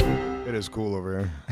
is cool over here.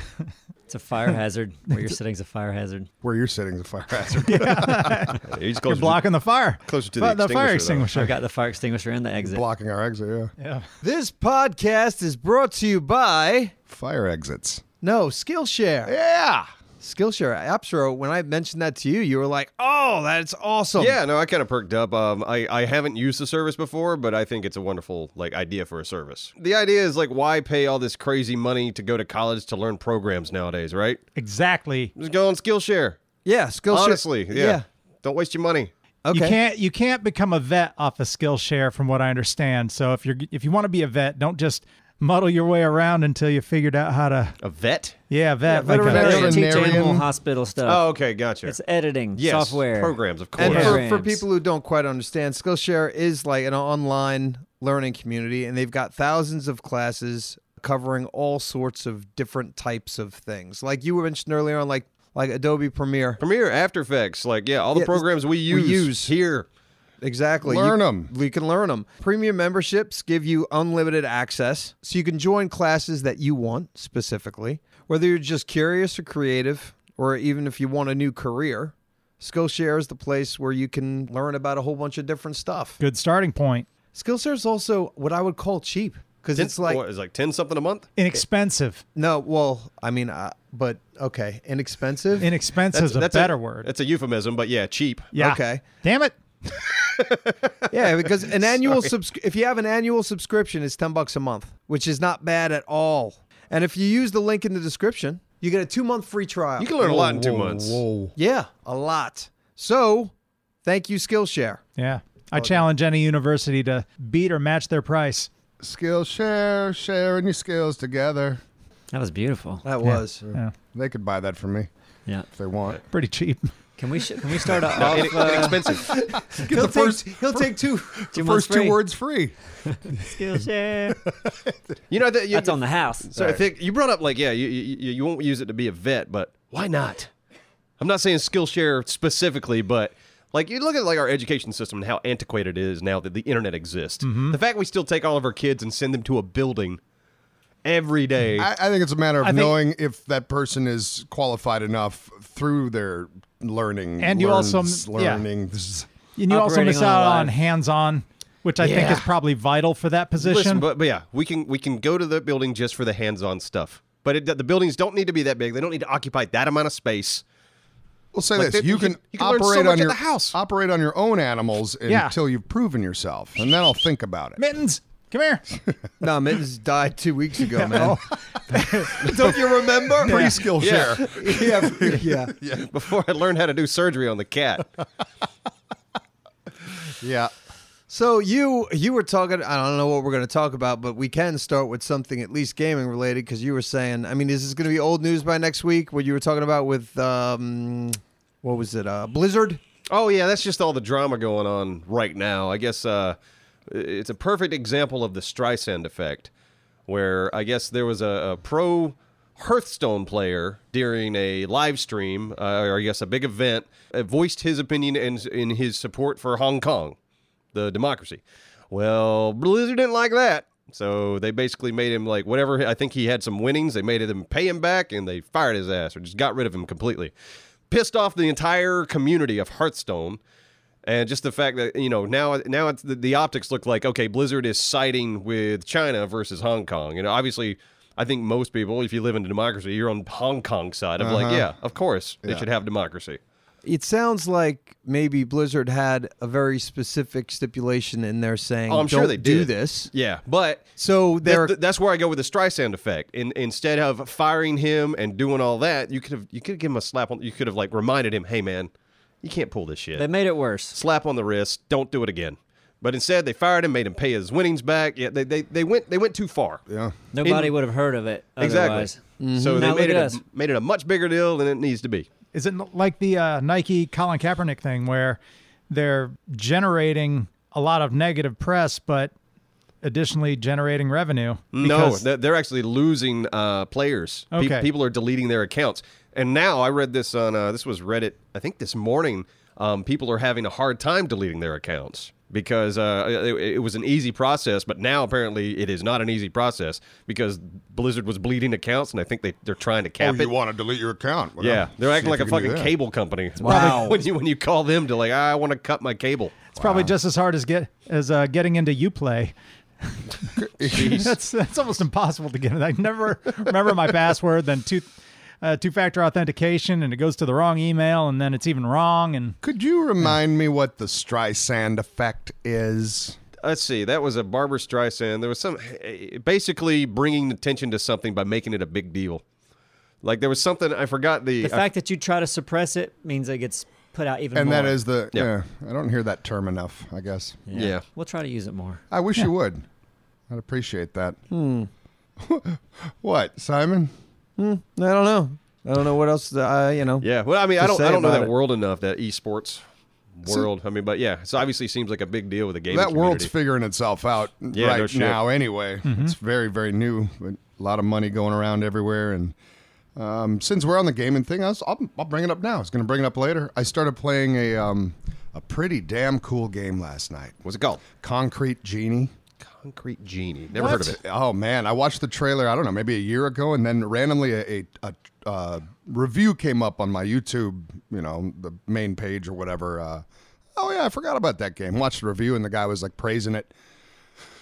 It's a fire hazard. Where you're sitting's a fire hazard. Where you're sitting is a fire hazard. He's You're closer, blocking the fire. closer to Fi- the, the fire I extinguisher. got the fire extinguisher and the exit. Blocking our exit, yeah. Yeah. This podcast is brought to you by Fire exits. no Skillshare. Yeah. Skillshare, Appsro. When I mentioned that to you, you were like, "Oh, that's awesome." Yeah, no, I kind of perked up. Um, I, I haven't used the service before, but I think it's a wonderful like idea for a service. The idea is like, why pay all this crazy money to go to college to learn programs nowadays, right? Exactly. Just go on Skillshare. yeah. Skillshare. Honestly, yeah. yeah. Don't waste your money. Okay. You can't you can't become a vet off of Skillshare from what I understand. So if you're if you want to be a vet, don't just muddle your way around until you figured out how to A vet? Yeah, vet. Yeah, like a- They veterinarian. don't uh, teach Veterinarian. animal hospital stuff. Oh, okay, gotcha. It's editing yes, software. programs, of course. And for, for Programs. people who don't quite understand, Skillshare is like an online learning community, and they've got thousands of classes covering all sorts of different types of things. Like you mentioned earlier on, like like Adobe Premiere. Premiere, After Effects, like yeah, all the Yeah, programs we use, use. here. Exactly. Learn You- 'em. We can learn them. Premium memberships give you unlimited access, so you can join classes that you want specifically. Whether you're just curious or creative, or even if you want a new career, Skillshare is the place where you can learn about a whole bunch of different stuff. good starting point. Skillshare is also what I would call cheap because it's like what, it's like ten something a month. Inexpensive. no, well, I mean, uh, but okay, inexpensive. Inexpensive is a better word. That's a euphemism, but yeah, cheap. Yeah. okay. Damn it. yeah, because an annual subscri- if you have an annual subscription, it's ten bucks a month, which is not bad at all. And if you use the link in the description, you get a two month free trial. You can learn a lot in two months. yeah, a lot. So, thank you Skillshare. Yeah. I challenge any university to beat or match their price. Skill share, sharing your skills together. That was beautiful. That was Yeah. They could buy that from me Yeah. if they want. Pretty cheap. Can we sh- can we start off? In- uh, inexpensive. Get the first, he'll take two. the months first two free. words free. Skillshare. you know that. You, That's on the house. So I think you brought up like yeah, you, you you won't use it to be a vet, but why not? I'm not saying Skillshare specifically, but like you look at like our education system and how antiquated it is now that the internet exists. The fact we still take all of our kids and send them to a building every day. I, I think it's a matter of I think- knowing if that person is qualified enough through their learning. And you also- learns, yeah. learning. And you also Operating miss on a out line. on hands on, which I think is Yeah. probably vital for that position. Listen, but, but yeah, we can we can go to the building just for the hands-on stuff. But it, the buildings don't need to be that big. They don't need to occupy that amount of space. We'll say Like, this: they- you, you can, can- you can learn so operate on much at your the house. operate on your own animals Yeah. until you've proven yourself, and then I'll think about it. Mittens, come here. No, Mittens died two weeks ago, man. Don't you remember? Free skill share. yeah, yeah. Before I learned how to do surgery on the cat, Yeah. So you you were talking. I don't know what we're going to talk about, but we can start with something at least gaming related because you were saying. I mean, is this going to be old news by next week? What you were talking about with um, what was it? Uh, Blizzard. Oh yeah, that's just all the drama going on right now. I guess uh, it's a perfect example of the Streisand effect, where I guess there was a, a pro Hearthstone player during a live stream, uh, or I guess a big event, uh, voiced his opinion and in his support for Hong Kong, the democracy. Well, Blizzard didn't like that. So they basically made him like whatever. I think he had some winnings. They made him pay him back, and they fired his ass or just got rid of him completely. Pissed off the entire community of Hearthstone, and just the fact that you know now now it's, the, the optics look like okay, Blizzard is siding with China versus Hong Kong. You know, obviously, I think most people, if you live in a democracy, you're on Hong Kong side of Uh-huh. like, yeah, of course they should have democracy. It sounds like maybe Blizzard had a very specific stipulation in there saying, Oh, I'm sure "Don't they do did. this." Yeah, but So Th- there, th- that's where I go with the Streisand effect. In, instead of firing him and doing all that, you could have you could have given him a slap on. You could have like reminded him, "Hey, man, you can't pull this shit." They made it worse. slap on the wrist. Don't do it again. But instead, they fired him, made him pay his winnings back. Yeah, they they, they went they went too far. Yeah. Nobody would have heard of it. exactly. Otherwise. So they Now made look it at a, us. made it a much bigger deal than it needs to be. Is it n- like the uh, Nike Colin Kaepernick thing where they're generating a lot of negative press, but additionally generating revenue? No, because- they're, they're actually losing uh, players. Pe- Okay. people are deleting their accounts. And now I read this on uh, this was Reddit. I think this morning um, people are having a hard time deleting their accounts because uh, it, it was an easy process, but now apparently it is not an easy process because Blizzard was bleeding accounts, and I think they they're trying to oh, cap it. you want to delete your account? Well, yeah, they're see acting if you can do like a fucking that. cable company. It's Wow. probably- when you when you call them to like, "Ah, I want to cut my cable. It's probably just as hard as get as uh, getting into UPlay. that's that's almost impossible to get. in. I never remember my password. Then two uh, two factor authentication, and it goes to the wrong email, and then it's even wrong. And Could you remind me what the Streisand effect is? Let's see. That was a Barbara Streisand. There was some eh, basically bringing attention to something by making it a big deal. Like there was something I forgot the, The fact that you try to suppress it means it gets put out even And more. that is the Yeah. yeah. I don't hear that term enough. I guess. yeah. We'll try to use it more. I wish you would. I'd appreciate that. Hmm. what, Simon? I don't know. I don't know what else. Uh, you know. Yeah. Well, I mean, to I don't say I don't know about that it. world enough that esports world. I mean, but yeah, it obviously seems like a big deal with the game. that world's figuring itself out Yeah, no right shit. now anyway it's very very new but a lot of money going around everywhere and um, since we're on the gaming thing I was, I'll, I'll bring it up now i was going to bring it up later i started playing a, um, a pretty damn cool game last night What's it called? concrete genie Concrete Genie. Never heard of it. Oh man, I watched the trailer. I don't know, maybe a year ago, and then randomly a, a, a uh, review came up on my YouTube, you know, the main page or whatever. Uh, oh yeah, I forgot about that game. Watched the review, and the guy was like praising it.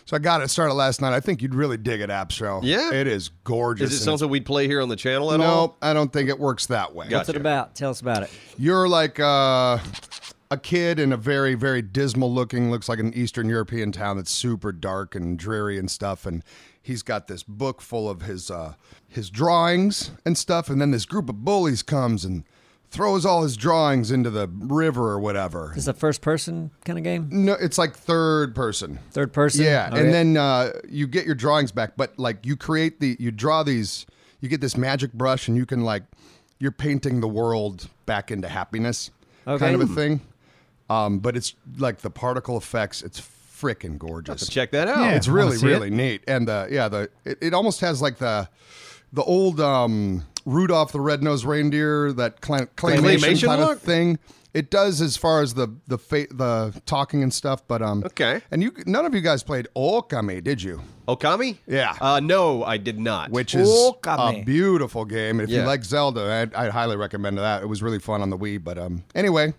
So I got it started last night. I think you'd really dig it, Abstro. Yeah? it is gorgeous. Is it and something we'd play here on the channel it's- at No, all? I don't think it works that way. What's it about? Tell us about it. You're like uh, a kid in a very, very dismal looking, looks like an Eastern European town that's super dark and dreary and stuff. And he's got this book full of his uh, his drawings and stuff. And then this group of bullies comes and throws all his drawings into the river or whatever. Is it a first person kind of game? No, it's like third person. Third person? Yeah, Okay. and then uh, you get your drawings back, but like you create the, you draw these, you get this magic brush, and you can like, you're painting the world back into happiness, Okay. kind of a thing. Um, but it's like the particle effects. It's freaking gorgeous. Check that out. Yeah. It's I wanna really see it. really neat, and the yeah the it, it almost has like the the old um, Rudolph the Red Nosed Reindeer that cla- claymation, Claymation kind look? of thing. It does as far as the the fa- the talking and stuff, but um Okay. And you none of you guys played Okami, did you? Okami? Yeah. Uh, no, I did not. Which is Okami. a beautiful game. If Yeah. you like Zelda, I'd, I'd highly recommend that. It was really fun on the Wii, but um anyway.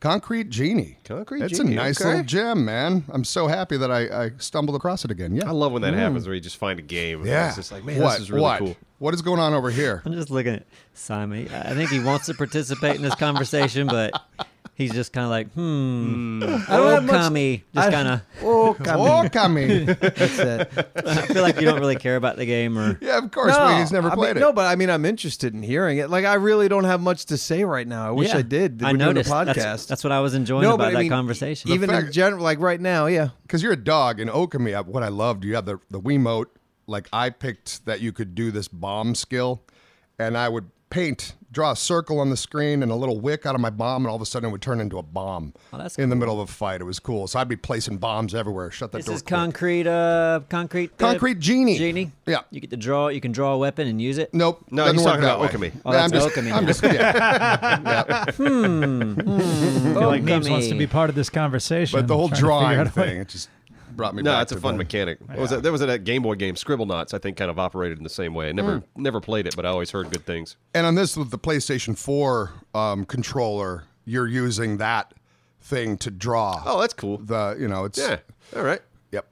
Concrete Genie. Concrete it's Genie, a nice okay. little gem, man. I'm so happy that I, I stumbled across it again. Yeah. I love when that happens where you just find a game. Hmm. Yeah. It's just like, man, what? this is really what? cool. What is going on over here? I'm just looking at Simon. I think he wants to participate in this conversation, but he's just kind of like, hmm. I don't have don't much- Just kind of. Oh, Oh, come coming. That's it. I feel like you don't really care about the game or. yeah, of course. but he's never I played mean, it. No, but I mean, I'm interested in hearing it. Like, I really don't have much to say right now. I wish Yeah. I did. We're I noticed. Doing a podcast. That's- That's, what I was enjoying no, but about I that mean, e-, conversation. Even in fact- general, like right now, yeah. Because you're a dog, and Okami, I- what I loved, you have the, the Wiimote. Like, I picked that you could do this bomb skill, and I would paint, draw a circle on the screen and a little wick out of my bomb, and all of a sudden it would turn into a bomb Oh, that's in the middle of a fight. It was cool. So I'd be placing bombs everywhere. Shut that this door. is quick. concrete. Uh, concrete. uh, Concrete Genie. Genie. Yeah. You get to draw. You can draw a weapon and use it. Nope. No, doesn't he's work talking that about way. Okami. Oh, Yeah, that's I'm just, Okami I'm now. just, yeah. Yeah. I feel like Neves Okami. wants to be part of this conversation. But the whole I'm trying drawing to figure out a way- thing, it just brought me back. No, it's a to fun the- mechanic. What was that? There was that Game Boy game, Scribble Knots, I think kind of operated in the same way. I never never played it, but I always heard good things. And on this with the PlayStation 4 um, controller, you're using that thing to draw. Oh, that's cool. the you know it's Yeah. All right. yep,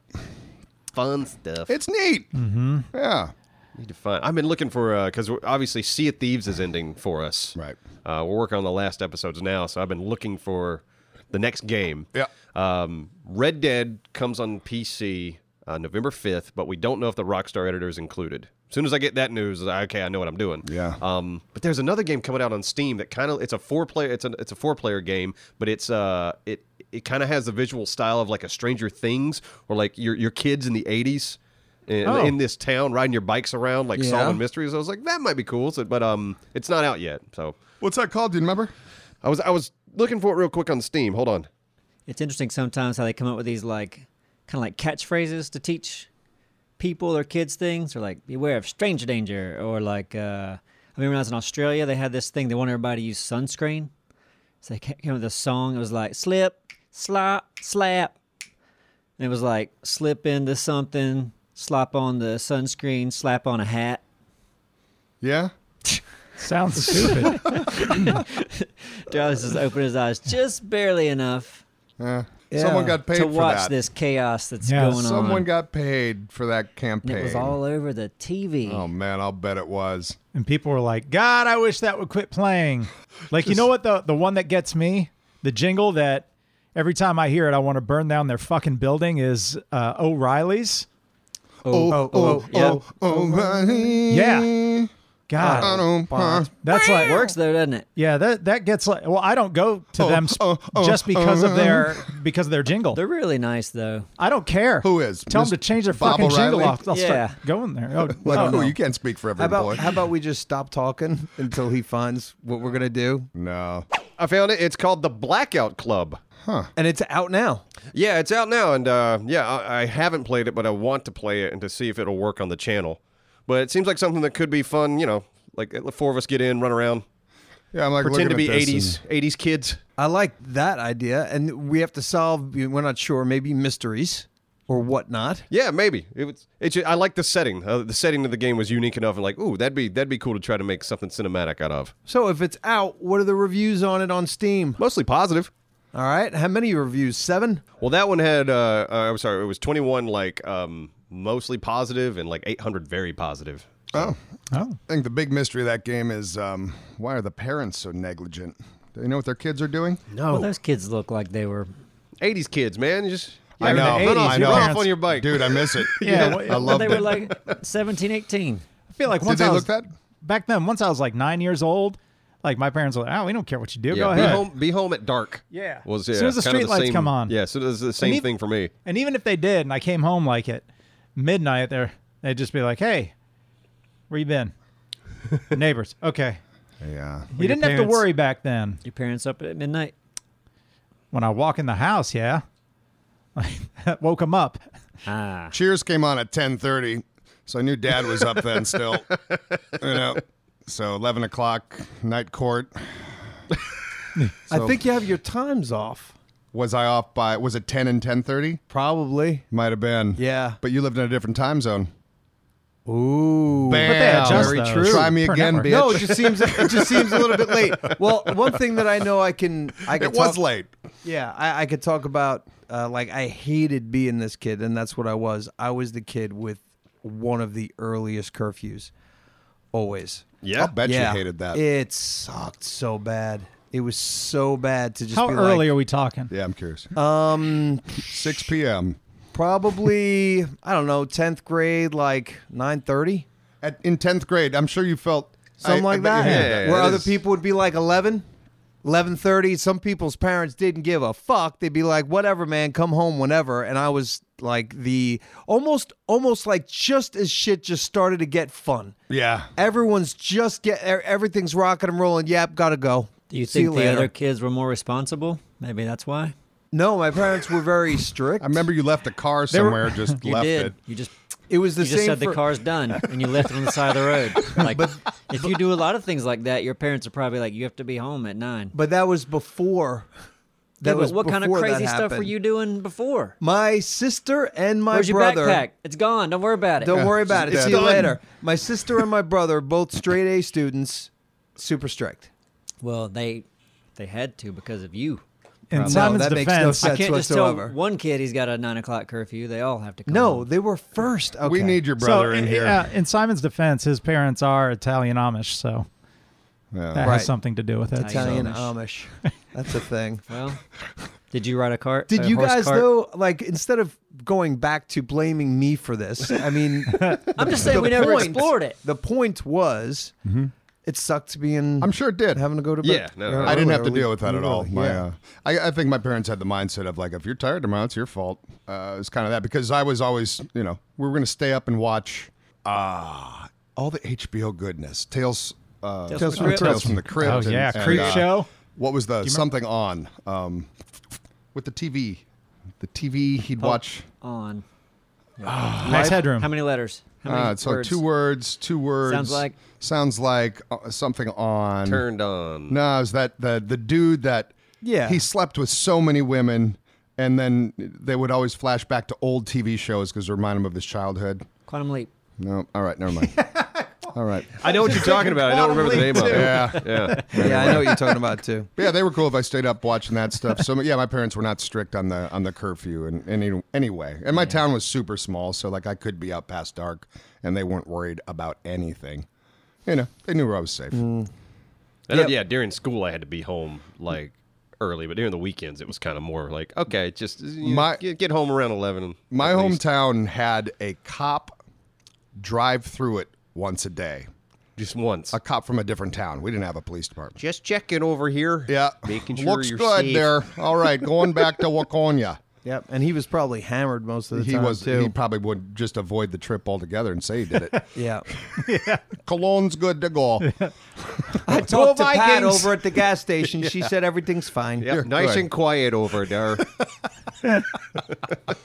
Fun stuff. it's neat. Mm-hmm. Yeah, Need to find. I've been looking for because we're obviously Sea of Thieves is ending for us. Right. Uh, we're working on the last episodes now, so I've been looking for the next game. Yeah. Um, Red Dead comes on PC uh, November fifth, but we don't know if the Rockstar editor is included. As soon as I get that news, I- okay, I know what I'm doing. Yeah. Um, but there's another game coming out on Steam that kind of it's a four player it's a it's a four player game, but it's uh it it kind of has the visual style of like a Stranger Things or like your your kids in the '80s. In, Oh. in this town, riding your bikes around, like Yeah. solving mysteries. I was like, that might be cool, so, but um, it's not out yet. So what's that called? Do you remember? I was I was looking for it real quick on Steam. Hold on. It's interesting sometimes how they come up with these like kind of like catchphrases to teach people or kids things, or like beware of stranger danger, or like uh, I remember when I was in Australia, they had this thing they wanted everybody to use sunscreen, So they ca- came up with a song. It was like slip, slop, slap. And it was like slip into something, slop on the sunscreen, slap on a hat. Yeah? Sounds stupid. Dallas just opened his eyes just barely enough Yeah. Yeah. Someone got paid to for watch that. this chaos that's Yeah. going on. Someone got paid for that and campaign. it was all over the TV. oh man, I'll bet it was. and people were like, "God, I wish that would quit playing." Like, you know what the the one that gets me, the jingle that every time I hear it, I want to burn down their fucking building is uh, O'Reilly's. Oh, oh, yeah. O'Reilly. Yeah. God, Ba-dum-bum. that's like Works though, doesn't it? Yeah, that that gets like. Well, I don't go to Oh, them sp- oh, oh, just because oh, of their because of their jingle. They're really nice though. I don't care Who is? Tell Mr. them to change their Bob fucking jingle. O'Reilly? I'll, I'll Yeah. start going there. Oh, Like, oh, cool, you can't speak for every How about boy. how about we just stop talking until he finds what we're gonna do? no. I found it. It's called the Blackout Club. And it's out now. Yeah, it's out now, and uh, yeah, I, I haven't played it, but I want to play it and to see if it'll work on the channel. But it seems like something that could be fun. You know, like the four of us get in, run around, Yeah, I'm like pretend to be looking at this '80s '80s kids. I like that idea, and we have to solve. We're not sure, maybe mysteries or whatnot. Yeah, maybe it was. It's I like the setting. Uh, the setting of the game was unique enough, and like, ooh, that'd be that'd be cool to try to make something cinematic out of. So if it's out, what are the reviews on it on Steam? Mostly positive. All right, how many reviews? Seven. Well, that one had. Uh, uh, I'm sorry, it was 21 like um, mostly positive and like 800 very positive. Oh, oh. I think the big mystery of that game is um, why are the parents so negligent? Do they know what their kids are doing? No, Oh. well, those kids look like they were. 80s kids, man, you just I in the know. 80s, Run off- your run off parents- on your bike, dude. I miss it. Yeah, well, I love they it. were like 17, 18. I feel like Did once they I look was that? back then, once I was like nine years old, like my parents were like, "Oh, we don't care what you do. yeah, Go be ahead." home. Be home at dark. Yeah. was yeah, As soon as the kind of streetlights same- come on. Yeah, so it's the same ev- thing for me. And even if they did, and I came home like at midnight, there they'd just be like, "Hey, where you been?" Neighbors. Okay. Yeah. You didn't have to parents? worry back then. Your parents up at midnight. When I walk in the house, yeah, That woke them up. Ah, Cheers came on at 10:30, so I knew Dad was up then still. you know, so 11 o'clock night court. I think you have your times off. Was I off by? Was it 10 and 10:30? Probably. Might have been. Yeah. But you lived in a different time zone. Ooh. Bam. adjust Very those. true. Try me Per again, network. bitch. No, it just seems it just seems a little bit late. Well, one thing that I know I can I can it was talk- late. Yeah, I, I could talk about uh, like I hated being this kid, and that's what I was. I was the kid with one of the earliest curfews, always. Yeah, I'll bet yeah, you hated that. It sucked so bad. It was so bad to just How be early like, are we talking? yeah, I'm curious. um 6 p.m. probably I don't know tenth grade like nine thirty At, in 10th grade, I'm sure you felt something I- I like bet that, you yeah, hated yeah, where it other is. people would be like 11 11.30 some people's parents didn't give a fuck they'd be like whatever man come home whenever and i was like the almost almost like just as shit just started to get fun Yeah. everyone's just get e- everything's rocking and rolling yep gotta go do you See think the later. other kids were more responsible? Maybe that's why. no my parents were very strict I remember you left the car somewhere, just You left did. it. You just it was the you same just said for- the car's done and you left it on the side of the road. Like, if you do a lot of things like that, your parents are probably like, you have to be home at nine. but that was before that Yeah, but was what kind of before that crazy stuff were happened. you doing before? my sister and my Where's your brother backpack? It's gone. Don't worry about it. Don't worry about it. It's See you done. later. My sister and my brother, both straight A students, super strict. Well, they they had to because of you. In No, Simon's that makes no defense, sense. I can't whatsoever. just tell one kid he's got a nine o'clock curfew. They all have to come. No, home. they were first. Okay. We need your brother so, eh, in here. Yeah, in Simon's defense, his parents are Italian Amish, so Yeah. that Right. has something to do with it. Italian- Italian Amish. That's a thing. Well, did you ride a cart? Did a you horse guys cart? though? Like instead of going back to blaming me for this, I mean, I'm just saying we never explored it. The point was, it sucked being. Mm-hmm. I'm sure it did. having to go to bed. Yeah, no, no, I didn't have to early- deal with that at all. early, My, yeah. uh, I, I think my parents had the mindset of like, if you're tired tomorrow, it's your fault. Uh, it's kind of that because I was always, you know, we were going to stay up and watch uh, all the HBO goodness, Tales, uh, Tales from the Crypt. Tales from the Crypt. Oh, and- yeah, and, Creep uh, Show. What was the something on um, with the TV? The TV he'd watch. on Max Headroom. how many letters? How Ah, How many uh, it's like words? two words, two words. like- sounds like uh, something on. Turned on. No, it was that the the dude that Yeah. he slept with so many women, and then they would always flash back to old TV shows because it reminded him of his childhood. Quantum leap. No, all right, never mind. all right, I know what you're talking about. I don't remember the name of it. yeah, Yeah. yeah, I know what you're talking about too. But yeah, they were cool if I stayed up watching that stuff. So yeah, my parents were not strict on the on the curfew in any any way, and my town was super small, so like I could be out past dark, and they weren't worried about anything. You know, they knew where I was safe. Mm. I know- Yep. Yeah, during school I had to be home like early, but during the weekends it was kind of more like okay, just you know, My- get, get home around eleven. My at least. hometown had a cop drive through it once a day. just once. A cop from a different town. We didn't have a police department. Just checking over here. Yeah, making sure looks you're good safe. there. All right, going back to Waconia. Yep, and he was probably hammered most of the He time was. too. He probably would just avoid the trip altogether and say he did it. yeah, Cologne's good to go. I talked to Pat Vikings. over at the gas station. She said everything's fine. Yep, nice and quiet over there.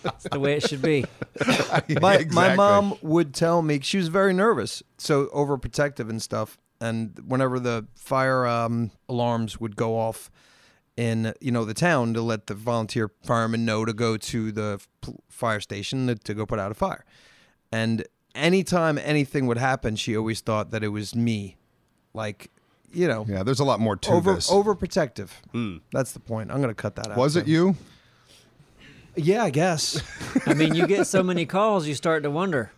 It's the way it should be. my, my Exactly. mom would tell me she was very nervous, so overprotective and stuff. And whenever the fire um, alarms would go off in you know the town to let the volunteer firemen know to go to the pl- fire station to, to go put out a fire, and anytime anything would happen, she always thought that it was me, like you know Yeah, there's a lot more to over this. overprotective. That's the point. I'm gonna cut that out. was it then. you? Yeah, I guess. I mean, you get so many calls, you start to wonder.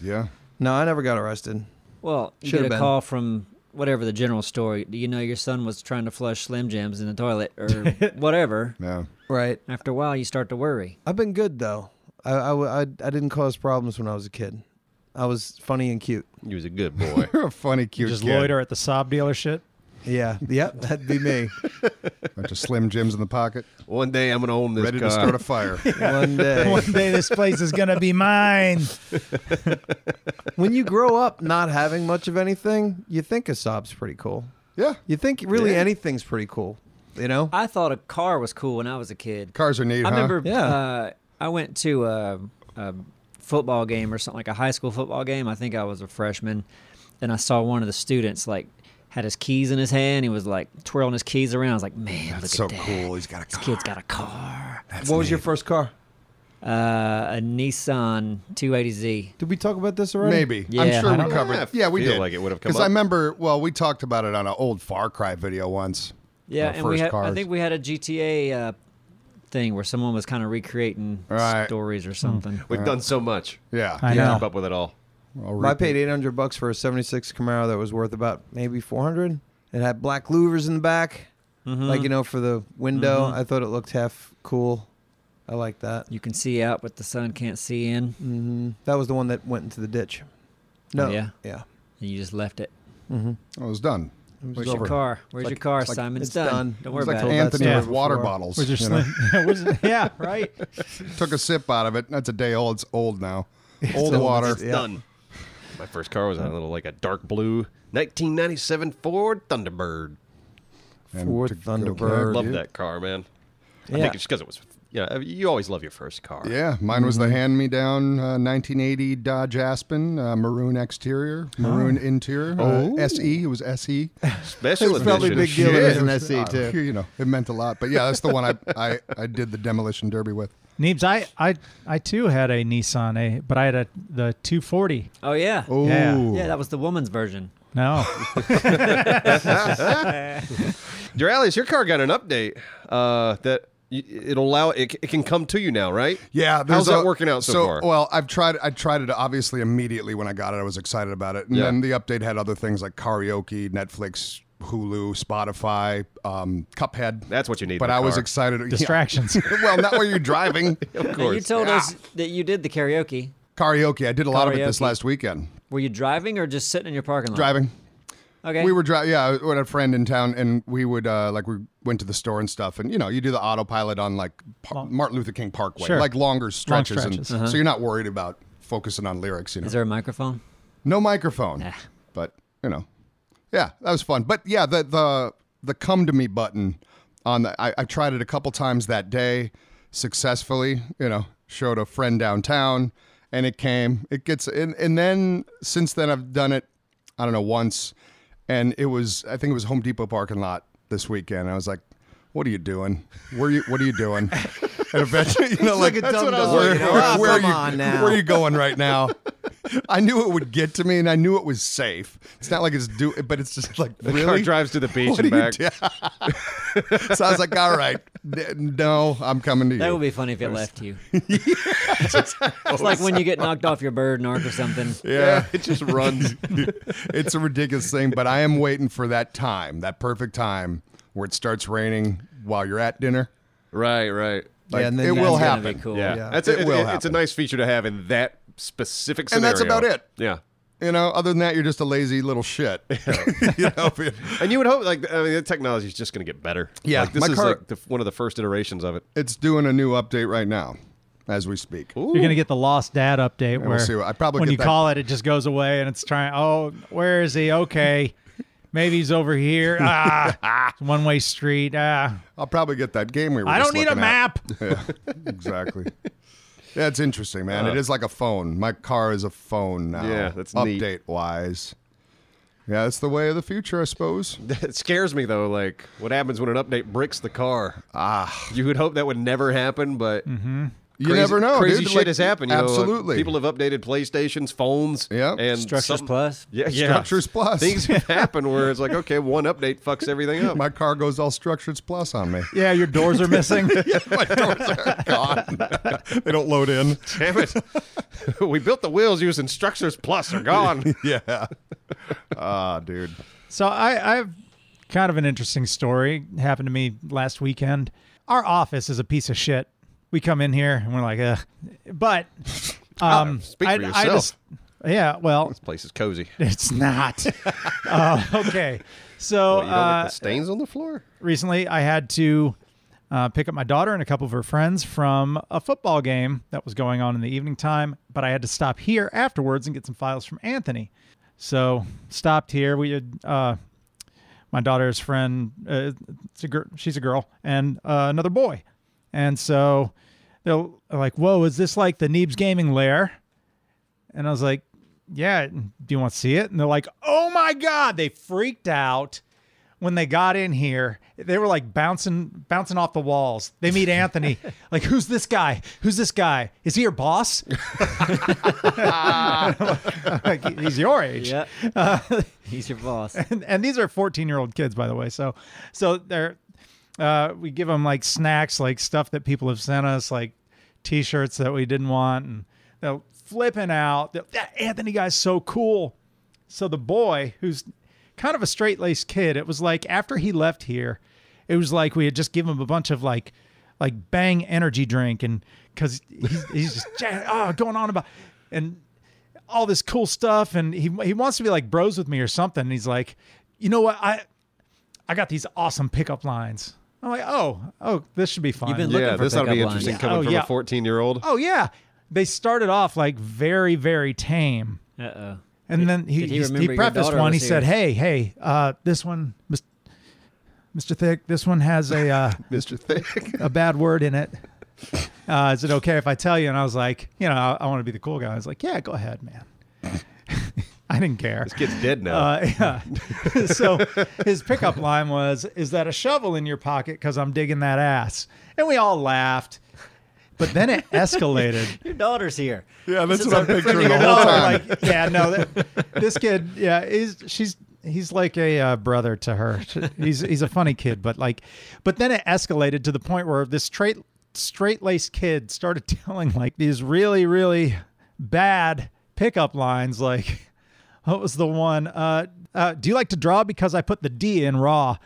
Yeah. no, I never got arrested. Well, you get Should've a been. call from whatever the general story. Do you know your son was trying to flush Slim Jims in the toilet or whatever? Yeah. Right. After a while, you start to worry. I've been good though. I, I w- I- I didn't cause problems when I was a kid. I was funny and cute. He was a good boy. You're a funny, cute Just kid. loiter at the Saab dealership. Yeah. Yep. That'd be me. Bunch of Slim Jims in the pocket, One day I'm gonna own this ready car. to start a fire. One day. One day this place is gonna be mine. When you grow up not having much of anything, you think a sob's pretty cool. yeah. You think really Yeah. anything's pretty cool. You know? I thought a car was cool when I was a kid. Cars are neat, I huh? remember Yeah. uh, I went to a, a football game or something like a high school football game. I think I was a freshman, and I saw one of the students like had his keys in his hand. He was like twirling his keys around. I was like, man, look so at that. cool. He's got a This car. kid's got a car. what was your first car? Uh, a Nissan 280Z. Did we talk about this already? Maybe. Yeah, I'm I sure don't we know. covered. I yeah, we feel did. like it would have come Because I up. remember, well, we talked about it on an old Far Cry video once. Yeah, Our and we first had, I cars. think we had a GTA uh, thing where someone was kind of recreating Right. Hmm. stories or something. We've done so much. Yeah. I Can't know. keep up with it all. I'll I read- paid 800 bucks for a 76 Camaro that was worth about maybe 400. It had black louvers in the back, like, you know, for the window. I thought it looked half cool. I like that. You can see out, but the sun can't see in. hmm That was the one that went into the ditch. Oh, No. yeah? Yeah. And you just left it. Oh, it was done. Where's over. your car? Where's your like- car, it's like- Simon? It's, it's done. done. Don't It's worry It was Right. like about Told it. that Anthony story with water before. bottles. Was your you know? slim? was it- yeah, right. Took a sip out of it. That's a day old. It's old now. Old old. water. It's It's done. My first car was a little like a dark blue 1997 Ford Thunderbird. And Ford to go Thunderbird. back, Love yeah. that car, man. I Yeah. think it's because it was. Yeah, you always love your first car. Yeah, mine Mm-hmm. was the hand-me-down uh, 1980 Dodge Aspen, uh, maroon exterior, maroon interior, uh, SE. It was SE. special It's edition. probably a big deal that Yeah, Oh. it was an it was- SE uh, too. You know, it meant a lot. But yeah, that's the one I I, I did the demolition derby with. Neebs, I, I, I too had a Nissan, a, but I had a the 240. Oh, yeah. Oh, Yeah. Yeah, that was the woman's version. No, Duralis, your car got an update uh, that y- it'll allow it, it can come to you now, right? Yeah, How's there's that a- working out so, far? Well, I've tried. I tried it obviously immediately when I got it. I was excited about it, and Yeah. then the update had other things like karaoke, Netflix, Hulu, Spotify, um, Cuphead. That's what you need. but in a I was car. excited. yeah. distractions. well, not while you're driving. Of Now, you course. told Yeah. us that you did the karaoke. Karaoke. I did a lot of it this Karaoke. last weekend. Were you driving or just sitting in your parking lot? Driving. Okay. We were driving. Yeah, we had a friend in town, and we would uh, like we went to the store and stuff, and you know you do the autopilot on like par- Martin Luther King Parkway, Sure. like longer stretches, stretches. Uh-huh. and so you're not worried about focusing on lyrics. You know, Is there a microphone? no microphone, but you know, yeah, that was fun. But yeah, the the the come to me button on the I, I tried it a couple times that day successfully. You know, showed a friend downtown. and it came. It gets and and then since then I've done it. I don't know once, and it was I think it was Home Depot parking lot this weekend. I was like, "What are you doing? Where you? What are you doing?" And eventually, you know, like, like a that's dumb what I was dog, like, you know, "Ah, where, come are you, on now." where are you going right now? I knew it would get to me, and I knew it was safe. It's not like it's do, but it's just like The really car drives to the beach What and do you back. do? so I was like, all right, n- no, I'm coming to you. That would be funny if it left you. it's like when you get knocked off your bird narc or something. yeah, it just runs. it's a ridiculous thing, but I am waiting for that time, that perfect time where it starts raining while you're at dinner. right, right. Like, and then it that's will gonna happen. Be cool. Yeah, Yeah. that's It it. will it- it's a happen. nice feature to have in that specific And scenario. that's about it. Yeah. You know, other than that, you're just a lazy little shit. you know, if you- And you would hope, like, I mean, the technology is just going to get better. Yeah, like, this my is car- like the, one of the first iterations of it. it's doing a new update right now, as we speak. You're gonna get the lost dad update where see what- I probably when get you that- call it, it just goes away and it's trying. Oh, where is he? Okay, maybe he's over here. Ah, one way street. Ah, I'll probably get that game we were. I just don't need a looking at. map. Yeah, exactly. Yeah, it's interesting, man. it is like a phone. My car is a phone now. Uh, Yeah, that's update neat. wise. Yeah, it's the way of the future, I suppose. It scares me though. Like, what happens when an update bricks the car? Ah, you would hope that would never happen, but You crazy- never know. Crazy dude. shit Like, has happened. You know, like, absolutely. people have updated PlayStations, phones, Yep. and Structures some- Plus. Yeah, yeah. Structures Plus. Things happen where it's like, okay, one update fucks everything up. My car goes all structures plus on me. Yeah, your doors are missing. My doors are gone. they don't load in. Damn it! we built the wheels using Structures Plus. They're gone. Yeah. Ah, dude. So I, I have kind of an interesting story happened to me last weekend. Our office is a piece of shit. We come in here and we're like, ugh. But um, Uh, speak I, for I yourself. just, yeah, well, this place is cozy. it's not. uh, okay, so What, you don't uh, like the stains on the floor? recently I had to uh, pick up my daughter and a couple of her friends from a football game that was going on in the evening time, but I had to stop here afterwards and get some files from Anthony. So stopped here. We had uh, my daughter's friend. Uh, it's a girl. She's a girl and uh, another boy, and so they're like, "Whoa, is this like the Neebs Gaming Lair?" And I was like, "Yeah, do you want to see it?" And they're like, "Oh my god!" They freaked out when they got in here. They were like bouncing, bouncing off the walls. They meet Anthony. like, who's this guy? Who's this guy? Is he your boss? like, he's your age Yeah. He's your boss. and, and these are 14 year old kids by the way so so they're uh, we give them like snacks like stuff that people have sent us like t-shirts that we didn't want and they're flipping out They're, that anthony guy's so cool so the boy who's kind of a straight-laced kid it was like after he left here it was like we had just given him a bunch of like like bang energy drink and because he's, he's just "Ja- oh, going on about and all this cool stuff and he he wants to be like bros with me or something. And he's like, you know what? I I got these awesome pickup lines. I'm like, oh, oh, this should be fun. been Looking Yeah, for this ought to be pickup lines. interesting Yeah. coming Oh, from yeah. a fourteen-year-old. oh yeah. They started off like very, very tame. Uh oh. And then he, did he he, remember he your prefaced daughter one. He was said, here? "Hey, hey, uh, this one, Mis- Mr. Thick, this one has a uh, Mr. Thick. a bad word in it. Uh, is it okay if I tell you?" And I was like, "You know, I, I want to be the cool guy." I was like, "Yeah, go ahead, man." I didn't care. This kid's dead now. Uh, yeah. so his pickup line was, "Is that a shovel in your pocket? Because I'm digging that ass." And we all laughed. But then it escalated. Your daughter's here. Yeah, that's what I'm picturing the No, whole time. like, yeah, no, that, this kid, yeah, he's she's he's like a uh, brother to her. He's he's a funny kid, but like, but then it escalated to the point where this straight straight laced kid started telling like these really really bad pickup lines, like, what was the one? Uh, uh, do you like to draw? Because I put the D in raw.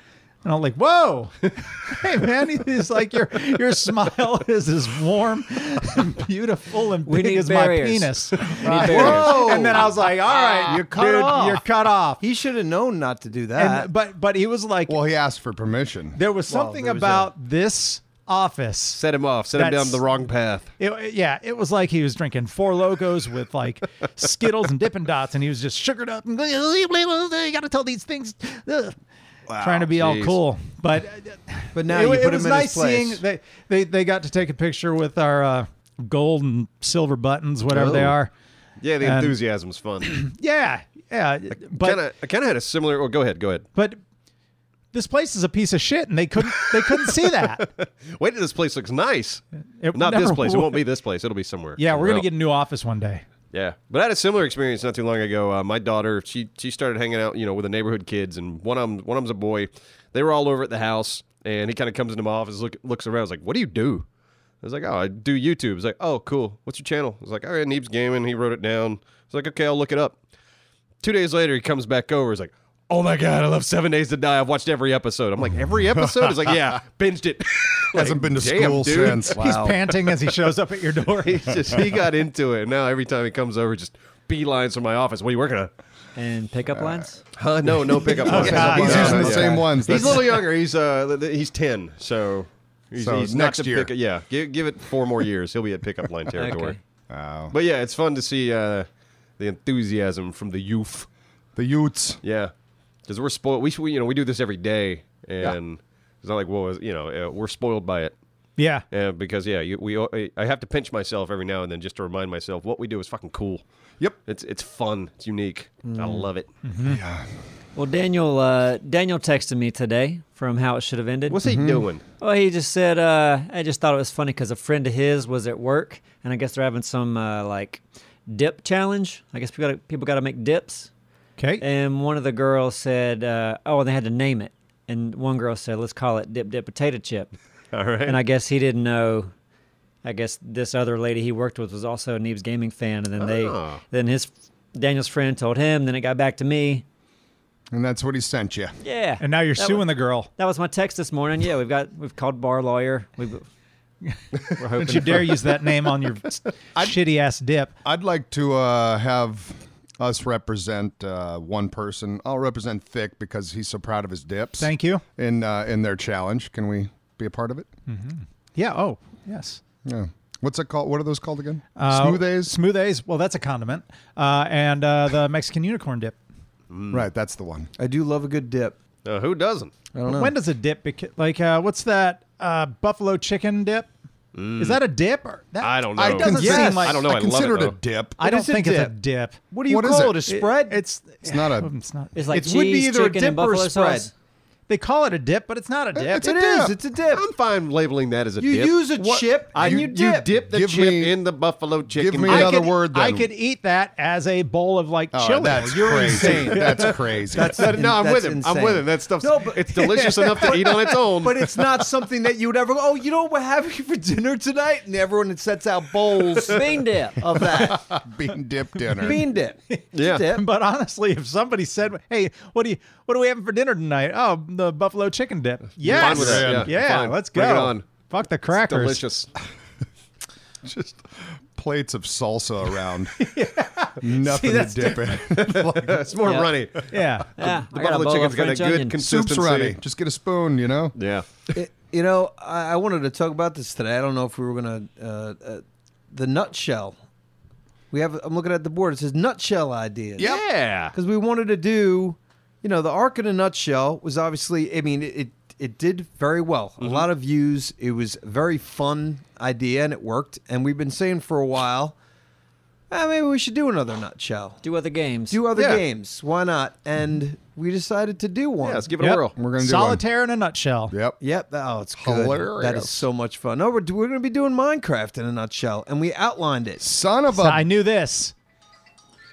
And I'm like, whoa, hey man, he's like your your smile is as warm and beautiful and We big need as barriers. my penis. We need barriers. And then I was like, all right, you're cut off." You're cut off. He should have known not to do that. And, but but he was like, Well, he asked for permission. there was something there was about this office. set him off. Set him down That's- the wrong path. It, yeah, it was like he was drinking four logos with like Skittles and Dippin' Dots, and he was just sugared up and you got to tell these things, ugh," trying to be all jeez. cool. But but now it, you it put was him in nice his place. seeing they, they they got to take a picture with our uh, gold and silver buttons, whatever they Oh. are. Yeah, the And- enthusiasm's fun. Yeah, yeah. But kinda, I kind of had a similar. Well, go ahead, go ahead. but this place is a piece of shit, and they couldn't they couldn't see that. Wait, this place looks nice. It Not this never place. It would. won't be this place. It'll be somewhere. Yeah, we're gonna somewhere get a new office one day. Yeah, but I had a similar experience not too long ago. Uh, my daughter, she she started hanging out, you know, with the neighborhood kids, and one of them, one of them's a boy. They were all over at the house, and he kind of comes into my office, look, looks around, was like, "What do you do?" I was like, "Oh, I do YouTube." He's like, "Oh, cool. What's your channel?" I was like, "All right, Neebs Gaming." He wrote it down. I was like, "Okay, I'll look it up." Two days later, he comes back over. He's like, "Oh my god, I love Seven Days to Die. I've watched every episode." I'm like, "Every episode?" He's like, "Yeah, binged it." Hasn't been to damn, school dude. since. He's Wow. panting as he shows up at your door. He's just he got into it. Now every time he comes over, just beelines from my office. What are you working on? And Uh, pickup lines? Huh? No, no pickup lines. God. He's No, using no, the yeah. same ones. That's- He's a little younger. He's uh, th- th- he's ten. So he's, So he's next not to year. Pick, yeah, give, give it four more years. He'll be at pickup line territory. Okay. Wow. But yeah, it's fun to see uh, the enthusiasm from the youth. the Utes. Yeah, because we're spoiled. We, we you know we do this every day, and it's not like well you know uh, we're spoiled by it. yeah, Uh, because yeah, you, we I have to pinch myself every now and then just to remind myself what we do is fucking cool. Yep. It's it's fun. It's unique. I love it. Well, Daniel uh, Daniel texted me today from how it should have ended. What's he doing? Well, he just said, uh, I just thought it was funny because a friend of his was at work, and I guess they're having some uh, like dip challenge. I guess people got people got to make dips, okay. and one of the girls said, uh, "Oh," and they had to name it. And one girl said, "Let's call it dip dip potato chip." All right. And I guess he didn't know. I guess this other lady he worked with was also a Neebs gaming fan, and then Ah. they, then his Daniel's friend told him. Then it got back to me. And that's what he sent you. Yeah. and now you're That suing was- the girl. That was my text this morning. Yeah, we've got we've called bar lawyer. We've, we're hoping. Don't you dare use that name on your shitty ass dip. I'd like to uh, have us represent uh, one person. I'll represent Thick because he's so proud of his dips. Thank you. In uh, in their challenge, can we be a part of it? Mm. Yeah. Oh, yes. Yeah. What's it called? What are those called again? Uh, Smoothies. Smoothies. Well, that's a condiment. Uh, and uh, the Mexican unicorn dip. Mm. right, that's the one. I do love a good dip. Uh, who doesn't? I don't know. When does a dip beca- like uh, what's that uh, buffalo chicken dip? Mm. Is that a dip? Or that, I don't know. I It doesn't consider- seem like I don't know. I, consider love it, a dip. Oh, I don't is a think it's a dip? dip. What do you What is call it? it? A spread? It's it's not a- It's not. It's like It would be cheese, either a chicken, and dip or a buffalo spread. sauce. They call it a dip, but it's not a dip. It's a It dip. is. It's a dip. I'm fine labeling that as a You dip. use a chip and you, you dip. the Give chip me- in the buffalo chicken. me I another could, word I then. could eat that as a bowl of like Oh, chili. that's crazy. That's crazy. can- no, I'm That's with him. I'm with insane. him. That stuff's No, but- it's delicious enough to eat on its own. but it's not something that you would ever. Oh, you know what we're having for dinner tonight? And everyone sets out bowls Bean dip. of that bean dip dinner. bean dip. It's a Yeah. dip. But honestly, if somebody said, "Hey, what do you what are we having for dinner tonight?" Oh, the buffalo chicken dip. Yes. fine with that, yeah. yeah Fine. let's go. Bring it on. Fuck the crackers. delicious. Just plates of salsa around. Nothing to that's dip in. like, It's more Yeah. runny. Yeah. Yeah, The I got a buffalo bowl of chicken's got a French onion. good consistency. soup's runny. Just get a spoon, you know? Yeah. It- you know, I, I wanted to talk about this today. I don't know if we were gonna uh, uh, the nutshell. We have. I'm looking at the board. It says nutshell ideas. Yeah. because we wanted to do, you know, the arc in a nutshell was obviously. I mean, it it, it did very well. Mm-hmm. A lot of views. It was a very fun idea, and it worked. And we've been saying for a while, eh, maybe we should do another nutshell. Do other games. Do other Yeah. games. Why not? And we decided to do one. Yeah, let's give it Yep. a whirl. We're gonna do solitaire in a nutshell. Yep. Yep. that- Oh, it's good. That Hilarious. is so much fun. No, we're, we're going to be doing Minecraft in a nutshell, and we outlined it. Son of a. I knew this.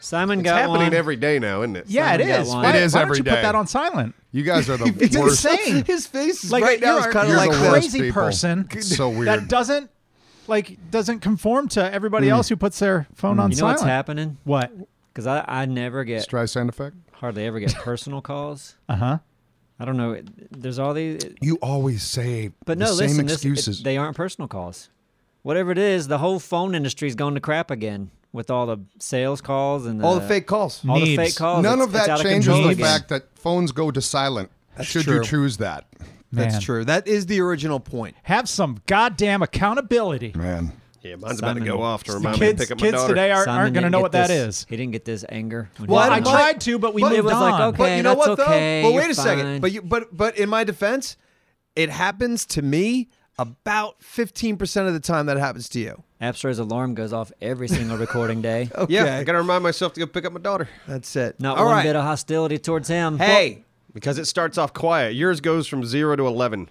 Simon It's got happening one. every day now, isn't it? Yeah, it Someone got is. one. Why, It is why every don't you day. put that on silent? you guys are the It's worst. insane. His face Like right now is you're- kind of you're like the that. worst crazy people. person. It's so weird. That doesn't like doesn't conform to Mm. everybody else who puts their phone on Mm. You know silent. what's happening? What? Because I, I never get Streisand effect. hardly ever get personal calls. Uh huh. I don't know. it- There's all these, it- You always say but the no, same listen. This, it- excuses. they aren't personal calls. Whatever it is, the whole phone industry's gone to crap again with all the sales calls and the, All the fake calls. all the Neebs. fake calls. None It's- of it's that out changes control the again. fact that phones go to silent. should you true. choose that? Man. That's true. That is the original point. Have some goddamn accountability. Man. Yeah, mine's about to Simon. go off to remind me to Kids, pick up my kids daughter. today aren't, Simon aren't going to didn't know get what that this- is. He didn't get this anger. when Well, he I was But- like- tried to, but we but it moved was like, on. okay. But you know that's what though? okay, But wait a it's second. fine. But you but but in my defense, it happens to me About 15% of the time that happens to you. Abster's alarm goes off every single recording day. Okay. Yeah, I gotta remind myself to go pick up my daughter That's it. Not All one right. bit of hostility towards him. Hey, because it starts off quiet. Yours goes from zero to eleven.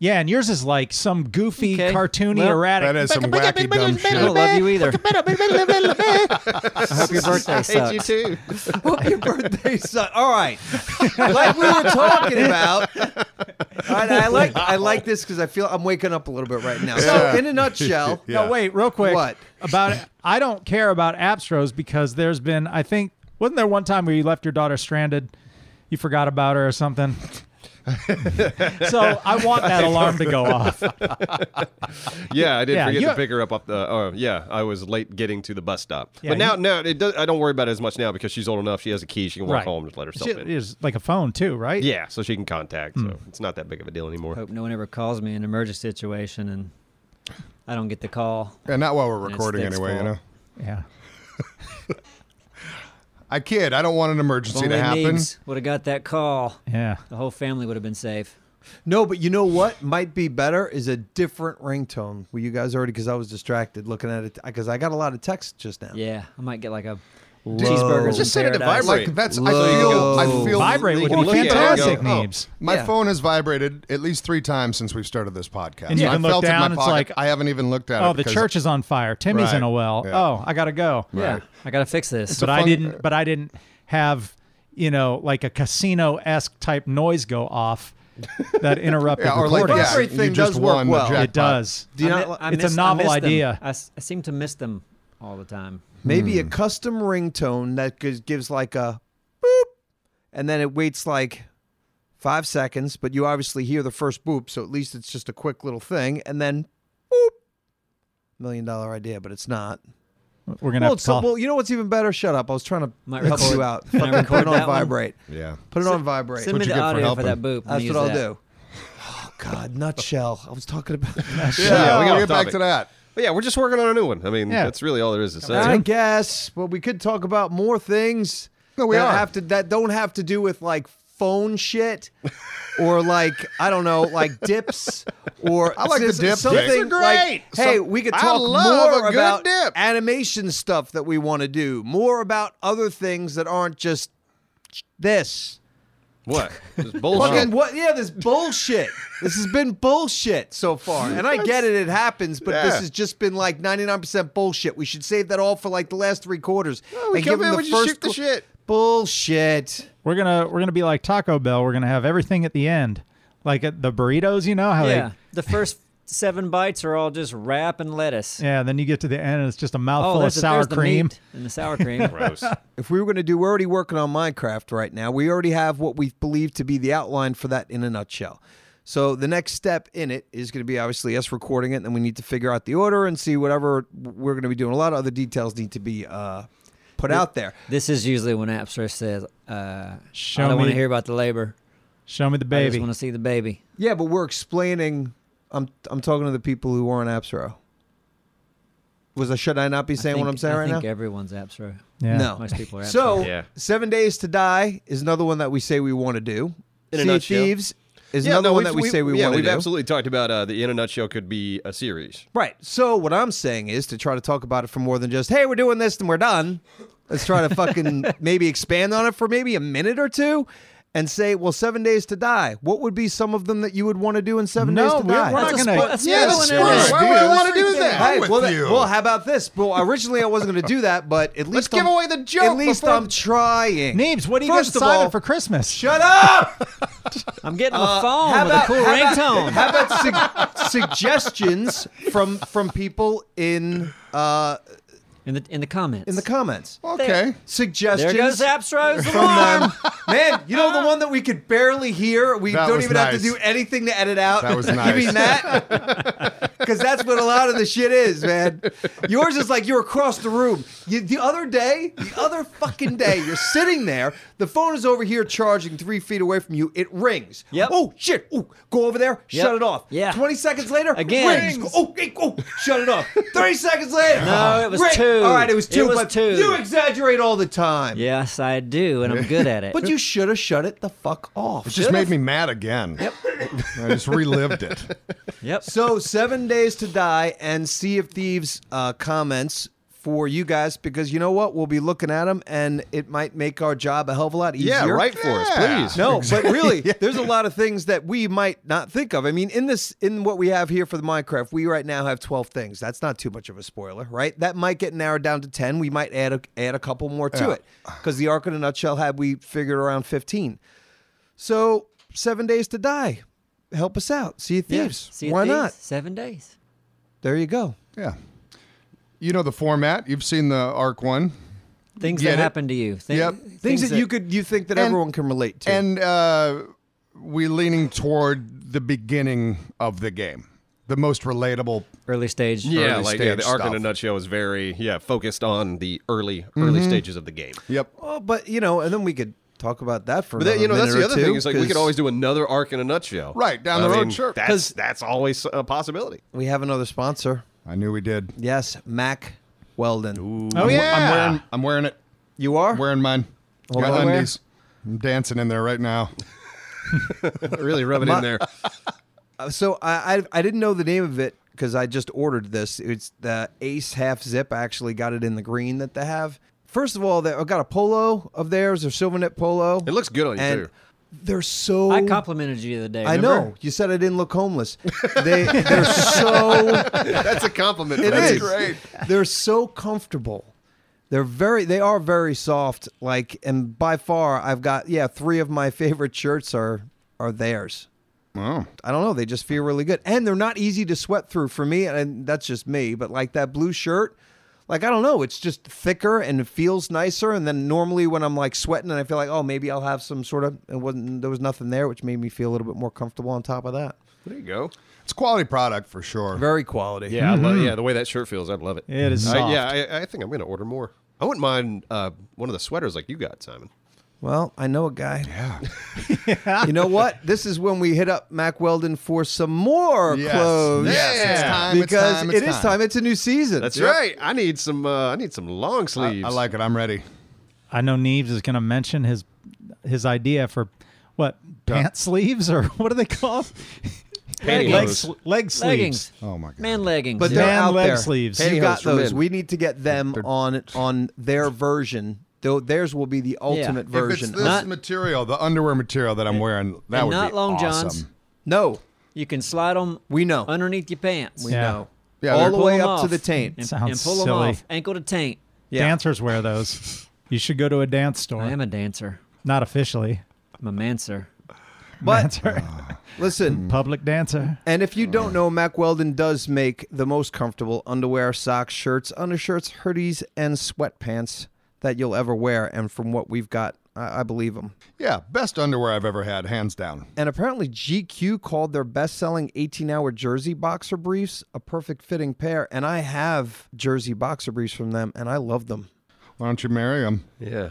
Yeah, and yours is like some goofy, Okay. cartoony, Well, erratic. That is some wacky dumb I don't shit. love you either. Happy birthday, Hey, you sucks. too. Well, your birthday sucks. All right, like we were talking about. All right, I like I like this because I feel I'm waking up a little bit right now. Yeah. So, in a nutshell, Yeah. No, wait, real quick. What? About it. I don't care about Abstros because there's been, I think, wasn't there one time where you left your daughter stranded? You forgot about her or something? so I want that alarm to go off. Yeah, I did Yeah, forget you- to pick her up off the. Oh, yeah, I was late getting to the bus stop. Yeah, but now, you- now it does, I don't worry about it as much now because she's old enough. She has a key. She can walk Right. home. Just let herself She Hmm. in. is like a phone too, right? Yeah, so she can contact. So it's not that big of a deal anymore. Oh, Hope no one ever calls me in an emergency situation and I don't get the call. And not while we're it's recording Dick's anyway, you fault. know. Yeah. I kid. I don't want an emergency Only to happen. would have got that call. Yeah. The whole family would have been safe. no, but you know what might be better is a different ringtone. Were you guys already? Because I was distracted looking at it because I got a lot of texts just now. Yeah, I might get like a Low. cheeseburger. Just set it to vibrate. Like that's Low. I feel I feel Vibrate would be Look at it, fantastic, go, oh. Neebs. My Yeah. phone has vibrated at least three times since we've started this podcast. And you I can look felt it in down, my it's pocket. like, I haven't even looked at it. Oh, the because- church is on fire. Timmy's in Right. a well. Yeah. Oh, I gotta go. Yeah, I gotta fix this. but I fun- didn't. But I didn't have you know like a casino esque type noise go off that interrupted Yeah, or like recordings. yeah, Vibrate you thing just does work won the well. It jackpot. it does. Do you I not mi- li- I it's a miss- I novel miss them. idea. I, s- I seem to miss them all the time. maybe a custom ringtone that gives, gives like a boop, and then it waits like five seconds, but you obviously hear the first boop, so at least it's just a quick little thing, and then boop. Million dollar idea, but it's not. We're gonna have Well, to it's so, call. well, you know what's even better? Shut up. I was trying to Might help record- you out. can I Fucking put record it on that one? vibrate. Yeah. Put it on vibrate. Send me you the get for audio for, helping? that boop. That's Use what I'll that. do. Oh God, nutshell. I was talking about. Yeah, Yeah, we off gotta get back topic. to that. But yeah, we're just working on a new one. I mean, Yeah. that's really all there is to say. I guess, but we could talk about more things. No, we that are. have to that don't have to do with like phone shit or like I don't know, like dips or I like the dip something. things. Dips are like, great. hey, Some- we could I talk love more a good about dip. animation stuff that we want to do, more about other things that aren't just this. What? Just Fucking bullshit. what? Yeah, this bullshit. this has been bullshit so far, and I get it. It happens, but this Yeah. has just been like ninety nine percent bullshit. We should save that all for like the last three quarters we and come give them in, the we just first shoot the qu- shit. bullshit. we're gonna we're gonna be like Taco Bell. We're gonna have everything at the end, like at the burritos. You know how Yeah, the first seven bites are all just wrap and lettuce. they. Yeah. Then you get to the end and it's just a Oh, mouthful of there's, the- sour there's the cream. meat and the sour cream. Gross. If we were going to do, we're already working on Minecraft right now. We already have what we believe to be the outline for that in a nutshell. So the next step in it is going to be obviously us recording it, and then we need to figure out the order and see whatever we're going to be doing. A lot of other details need to be uh, put out there. this is usually when Apster says, uh, Show "I don't want me- to hear about the labor. Show me the I just baby. want to see the baby." Yeah, but we're explaining. I'm I'm talking to the people who aren't Absro. Was I should I not be saying I think, what I'm saying I right think now? everyone's Apster. Yeah. No. Most people are. Apster. So Yeah. seven days to die is another one that we say we want to do. In sea a of nutshell. Thieves is another one we've- that we say we yeah, want to We've do. absolutely talked about uh, the In a Nutshell could be a series. right. So what I'm saying is to try to talk about it for more than just hey we're doing this and we're done. Let's try to fucking maybe expand on it for maybe a minute or two. And say, well, seven days to die. What would be some of them that you would want to do in seven No, days to we're- die? we're not That's a gonna- spo- that's Yeah, another that's one in smart. there. Why would I want to do that? Hey, I'm with well, that- you. well, how about this? Well, originally I wasn't going to do that, but at least give I'm- away the joke At least before- I'm trying. Neebs, what do you First get of Simon all- for Christmas? Shut up! I'm getting on the phone uh, how with about- a cool ringtone. How about su- suggestions from from people in uh, in the in the comments. in the comments? Okay. there Suggestions goes Apstro's from alarm. them. Man, you know the one that we could barely hear. We That don't was even have to nice. do anything to edit out. That was You mean nice. that? Because that's what a lot of the shit is, man. Yours is like you're across the room. You, the other day, the other fucking day, you're sitting there. The phone is over here charging three feet away from you. It rings. Yep. Oh shit. Oh, go over there. Yep. Shut it off. Yeah. Twenty seconds later. Again. Rings. Oh, hey, oh, shut it off. Thirty seconds later. No, it was ring. two. All right, it was two. It was but two. You exaggerate all the time. yes, I do, and I'm good at it. But you should have shut it the fuck off. It just made me mad again. Yep. I just relived it. yep. So seven days to die and Sea of Thieves uh, comments for you guys because you know what? We'll be looking at them and it might make our job a hell of a lot easier. Yeah, write for Yeah. us, please. No, but really, there's a lot of things that we might not think of. I mean, in this, in what we have here for the Minecraft, we right now have 12 things. That's not too much of a spoiler, right? That might get narrowed down to 10. We might add a, add a couple more to it because the Ark in a Nutshell had we figured around 15. So seven days to die. Help us out. See Yeah. thieves. See you Why thieves. not? Seven days. There you go. Yeah. You know the format. You've seen the arc one. Things Get it? that happen to you. Thi- Yep. Things, Things, that, you could you think that And- everyone can relate to. And uh, we leaning toward the beginning of the game, the most relatable. early stage. Yeah, early like yeah, stage the Ark in a stuff. nutshell is very yeah focused on the early early stages of the game. Yep. oh, but you know, and then we could talk about that for But then, you know that's the other two, thing is like we could 'cause always do another Ark in a nutshell. Right, down the road, sure. That's that's always a possibility. we have another sponsor. I knew we did. Yes, Mac Weldon. Oh yeah. I'm wearing. I'm wearing it. You are? Wearing mine. Hold Got on, where? undies. I'm dancing in there right now. really rub it in there. Uh, so I, I I didn't know the name of it because I just ordered this. It's the Ace Half Zip. I actually got it in the green that they have. First of all, they, I got a polo of theirs, their Silvernet polo. It looks good on you and too. They're so. I complimented you the other day. I remember? know you said I didn't look homeless. They they're so That's a compliment. It That's is. They're so comfortable. They're very they are very soft. Like and by far I've got yeah, three of my favorite shirts are are theirs. Wow. I don't know, they just feel really good. And they're not easy to sweat through for me, and that's just me, but like that blue shirt like I don't know, it's just thicker and it feels nicer. And then normally when I'm like sweating and I feel like oh maybe I'll have some sort of it wasn't there was nothing there, which made me feel a little bit more comfortable. On top of that, There you go. It's a quality product for sure. very quality. Yeah, I love, yeah. The way that shirt feels, I'd love Mm-hmm. it. It is I- soft. yeah, I, I think I'm gonna order more. I wouldn't mind uh, one of the sweaters like you got, Simon. Well, I know a guy. Yeah. you know what? This is when we hit up Mac Weldon for some more Yes. clothes. Yes, it's Yeah. time, it's Because time, it's it is time. It's a new season. That's right. I need some. Uh, I need some long sleeves. I like it. I'm ready. I know Neves is going to mention his his idea for what pant sleeves or what are they called? Pantyhose. leg, sl- leg sleeves. Leggings. Oh my god. Man leggings. But yeah. they're Man out leg there. sleeves. You Pantyhose got for those. men. We need to get them on on their version. Though theirs will be the If If ultimate it's version. this Not- material, the underwear material that I'm wearing, that and would not be long awesome. johns. no, you can slide them we know. underneath your pants. we Yeah. know. Yeah, All they're- the Pull way 'em up to off the taint. And, Sounds and pull them silly. off. Ankle to taint. Yeah. Dancers wear those. You should go to a dance store. I am a dancer. Not officially. I'm a mancer. But Dancer. listen, Public dancer. And if you don't know, Mac Weldon does make the most comfortable underwear, socks, shirts, undershirts, hoodies, and sweatpants that you'll ever wear. And from what we've got, I, I believe them. Yeah, best underwear I've ever had, hands down. And apparently, GQ called their best selling 18 hour jersey boxer briefs a perfect fitting pair. And I have jersey boxer briefs from them, and I love them. Why don't you marry him? Yeah.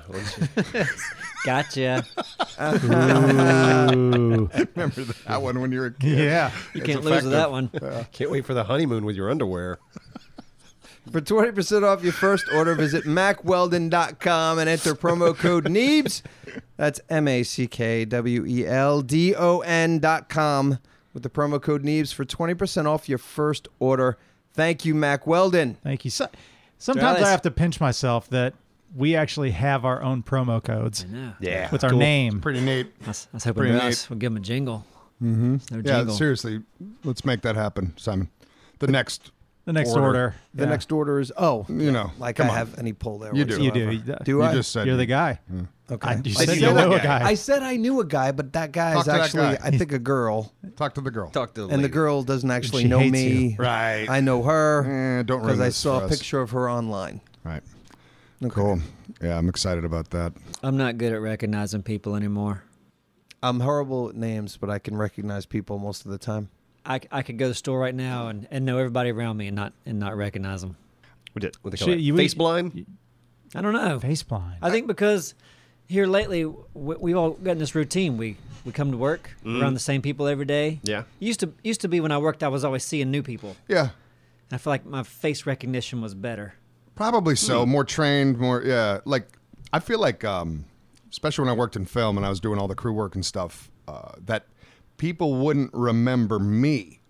Gotcha. Ooh. Remember that one when you were a kid? yeah. You can't lose with that one. Can't wait for the honeymoon with your underwear. For 20% off your first order, visit macweldon.com and enter promo code NEEBS. That's M A C K W E L D O N.com with the promo code NEEBS for 20% off your first order. Thank you, Mac Weldon. Thank you. So, sometimes Dallas. I have to pinch myself that we actually have our own promo codes No. Yeah. with our name. Pretty neat. I was, I was hoping Pretty Russ would give him a jingle. Mm-hmm. No Yeah, jingle. seriously, let's make that happen, Simon. The next, The next Order. order. The Yeah. next order is, oh, you know, like come I on. have any pull there. You do. You whatsoever. do. Do you I? just said You're the guy. Okay. I, you I, said said you know a guy. I said I knew a guy, but that guy Talk is to that actually, guy. I think, a girl. talk to the girl. Talk to the And the lady. girl doesn't actually She know hates me. you. Right. I know her Eh, don't because ruin I this saw for a us. picture of her online. Right. Okay. Cool. Yeah, I'm excited about that. I'm not good at recognizing people anymore. I'm horrible at names, but I can recognize people most of the time. I, c- I could go to the store right now and, and know everybody around me and not and not recognize them. What did what they Shit, call you it? Face eat- blind. I don't know. Face blind. I think because here lately we, we've all gotten this routine. We we come to work around the same people every day. Yeah. Used to used to be when I worked, I was always seeing new people. Yeah. And I feel like my face recognition was better. Probably so. Hmm. More trained, more yeah. Like I feel like, um, especially when I worked in film and I was doing all the crew work and stuff, uh, that people wouldn't remember me.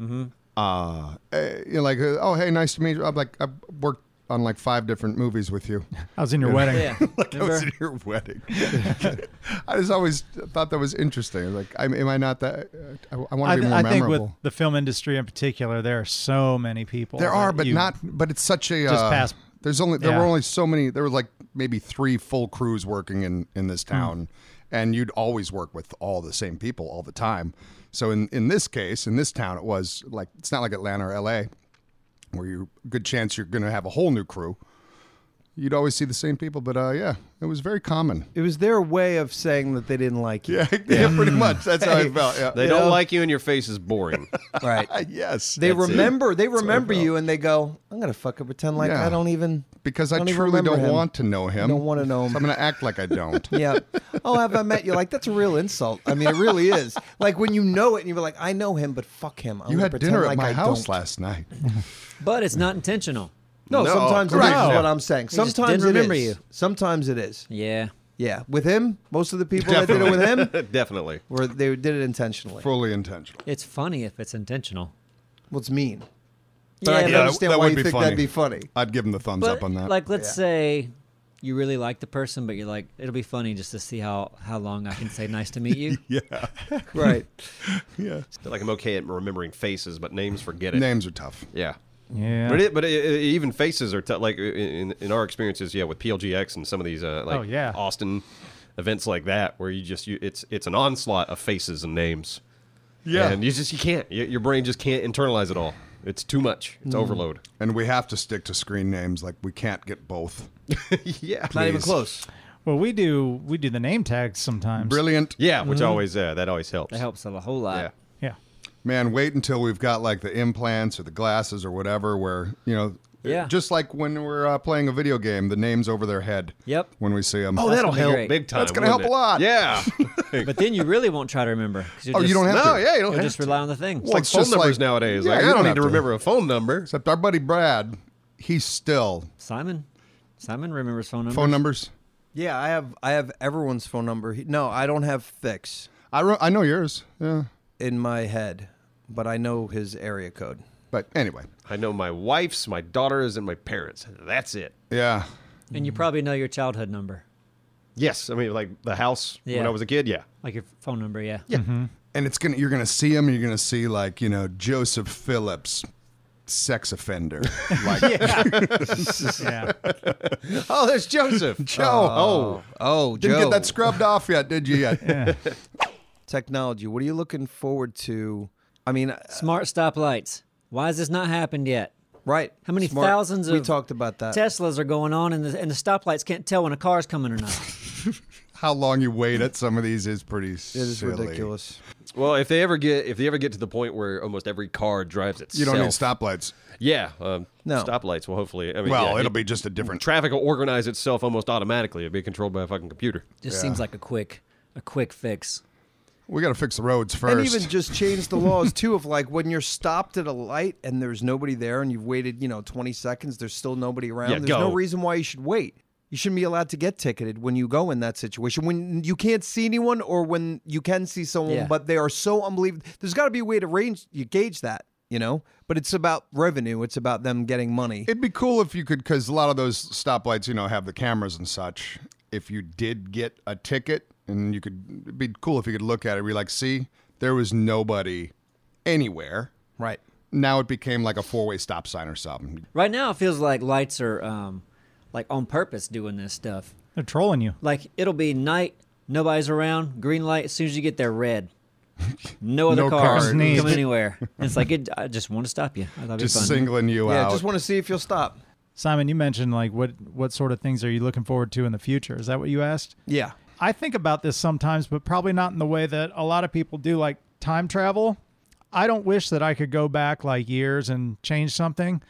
Mm-hmm. Uh, eh, you know, like uh, oh hey, nice to meet you. I'm like I've worked on like five different movies with you. I was in your wedding. Yeah. like I was Remember? at your wedding. I just always thought that was interesting. Like, I'm, am I not that? I, I want I, to be th- more I think memorable. with the film industry in particular, there are so many people. There that are, but you- not. But it's such a Just uh, past- There's only there yeah. were only so many. There was like maybe three full crews working in in Hmm. this town, and you'd always work with all the same people all the time. So in in this case, in this town, it was like it's not like Atlanta or L.A. where you good chance you're going to have a whole new crew. You'd always see the same people, but uh, yeah, it was very common. It was their way of saying that they didn't like you. Yeah, pretty much. Hmm. That's how it felt. Yeah. Ah, They don't like you, and your face is boring. Right. yes, They That's it. remember. They remember you, and they go, "I'm gonna fucking pretend like Yeah. I don't even." because I don't even truly remember don't him. want to know him. Don't wanna know him. So I'm going to act like I don't. Yeah. Oh, have I met you? Like that's a real insult. I mean, it really is. Like when you know it, and you're like, "I know him, but fuck him." I'm You gonna had pretend dinner at like my I house don't. last night. But it's not intentional. No, No, sometimes it is correct. No. what I'm saying. just Sometimes didn't it remember is. you. Sometimes it is. Yeah. Yeah, with him, most of the people that did it with him Definitely. were they did it intentionally. Fully intentional. It's funny if it's intentional. Well, it's mean, but I can Yeah, understand that why would you be think funny. that'd be funny. I'd give him the thumbs up on that. Like, let's Yeah. say you really like the person, but you're like, it'll be funny just to see how how long I can say nice to meet you. yeah, Right. yeah. Like I'm okay at remembering faces, but names forget it. Names are tough. Yeah. Yeah. But it, but it, it- even faces are t- like in, in our experiences, yeah, with PLGX and some of these uh, like Oh, yeah. Austin events like that, where you just you it's it's an onslaught of faces and names. Yeah. and you just you can't Y- your brain just can't internalize it all. It's too much. It's overload. And we have to stick to screen names. Like we can't get both. yeah, Not even Please. close. well, we do we do the name tags sometimes. Brilliant. yeah, which always uh, that always helps. That helps a whole lot. Yeah, Yeah. Man, wait until we've got like the implants or the glasses or whatever. Where you know, Yeah. just like when we're uh, playing a video game, the names over their head. Yep. When we see them. oh, That's that'll gonna be help great. big time. That's gonna wouldn't help a lot. Yeah. But then you really won't try to remember. 'cause you're Oh, you just- don't have no, to. yeah, you don't You'll have just to. rely on the things. Well, like It's phone just numbers like- nowadays. Yeah, like, you I don't don't need have to to. remember a phone number. Except our buddy Brad, he's still Simon, Simon remembers phone numbers. phone numbers. Yeah, I have I have everyone's phone number. He- No, I don't have fix I ro- I know yours. Yeah. in my head, but I know his area code. But anyway. I know my wife's, my daughter's, and my parents. That's it. Yeah. and you probably know your childhood number, Yes, I mean like the house when Yeah. I was a kid. Yeah, like your phone number. Yeah. and it's gonna you're gonna see him and you're gonna see like you know joseph phillips sex offender like Yeah. Oh, there's Joseph. Joe. Oh, Oh, didn't Joe. get that scrubbed off yet did you yet technology. What are you looking forward to? I mean, uh, Smart stoplights. Why has this not happened yet? right? How many Smart- thousands we of talked about Uh, that? Teslas are going on, and the, and the stoplights can't tell when a car's coming or not. how long you wait at some of these is pretty it is silly. ridiculous. Well, if they ever get if they ever get to the point where almost every car drives itself, you don't need stoplights Yeah, um, No. stoplights. Well, hopefully, I mean, well yeah, it'll it- be just a different traffic will organize itself almost automatically. It'll be controlled by a fucking computer. Just seems like a quick, a quick fix. we gotta fix the roads first And even just change the laws too of like when you're stopped at a light and there's nobody there and you've waited, you know, 20 seconds, there's still nobody around. Yeah, there's go. no reason why you should wait. You shouldn't be allowed to get ticketed when you go in that situation when you can't see anyone or when you can see someone Yeah. but they are so unbelievable. There's got to be a way to range you gauge that, you know? But it's about revenue, it's about them getting money. it'd be cool if you could because a lot of those stoplights you know have the cameras and such if you did get a ticket and you could it'd be cool if you could look at it and be like see there was nobody anywhere right. now it became like a four-way stop sign or something Right now, it feels like lights are um, like on purpose doing this stuff. They're trolling you. Like it'll be night, nobody's around, green light. As soon as you get there, red. No other No cars cars. Neat. coming anywhere. It's like it, I just want to stop you. I thought it'd be just fun. singling you Yeah, out. just want to see if you'll stop. Simon, you mentioned like what what sort of things are you looking forward to in the future? Is that what you asked? Yeah. I think about this sometimes, but probably not in the way that a lot of people do, like time travel. I don't wish that I could go back like years and change something.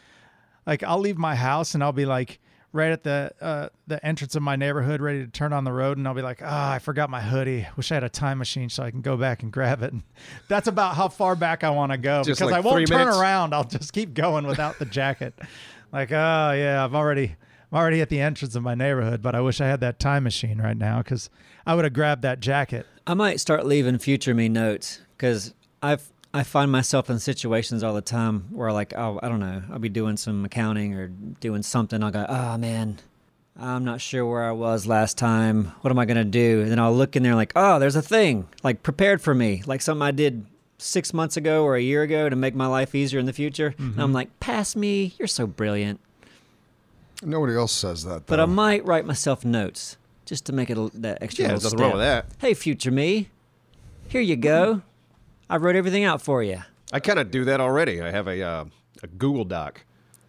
Like I'll leave my house and I'll be like right at the uh, the entrance of my neighborhood, ready to turn on the road, and I'll be like, ah, I forgot my hoodie. Wish I had a time machine so I can go back and grab it. And that's about how far back I want to go Just because like I won't three turn minutes? around. I'll just keep going without the jacket. Like, oh yeah, I'm already I'm already at the entrance of my neighborhood, but I wish I had that time machine right now because I would have grabbed that jacket. I might start leaving future me notes because I've I find myself in situations all the time where like I'll, I don't know I'll be doing some accounting or doing something I'll go oh man I'm not sure where I was last time what am I gonna do and then I'll look in there like oh there's a thing like prepared for me like something I did six months ago or a year ago to make my life easier in the future and I'm like pass me you're so brilliant Nobody else says that. Though. but I might write myself notes just to make it a, that extra. Yeah, little there's nothing wrong step. with that. Hey, future me, here you go. I wrote everything out for you. I kind of do that already. I have a uh, a Google Doc.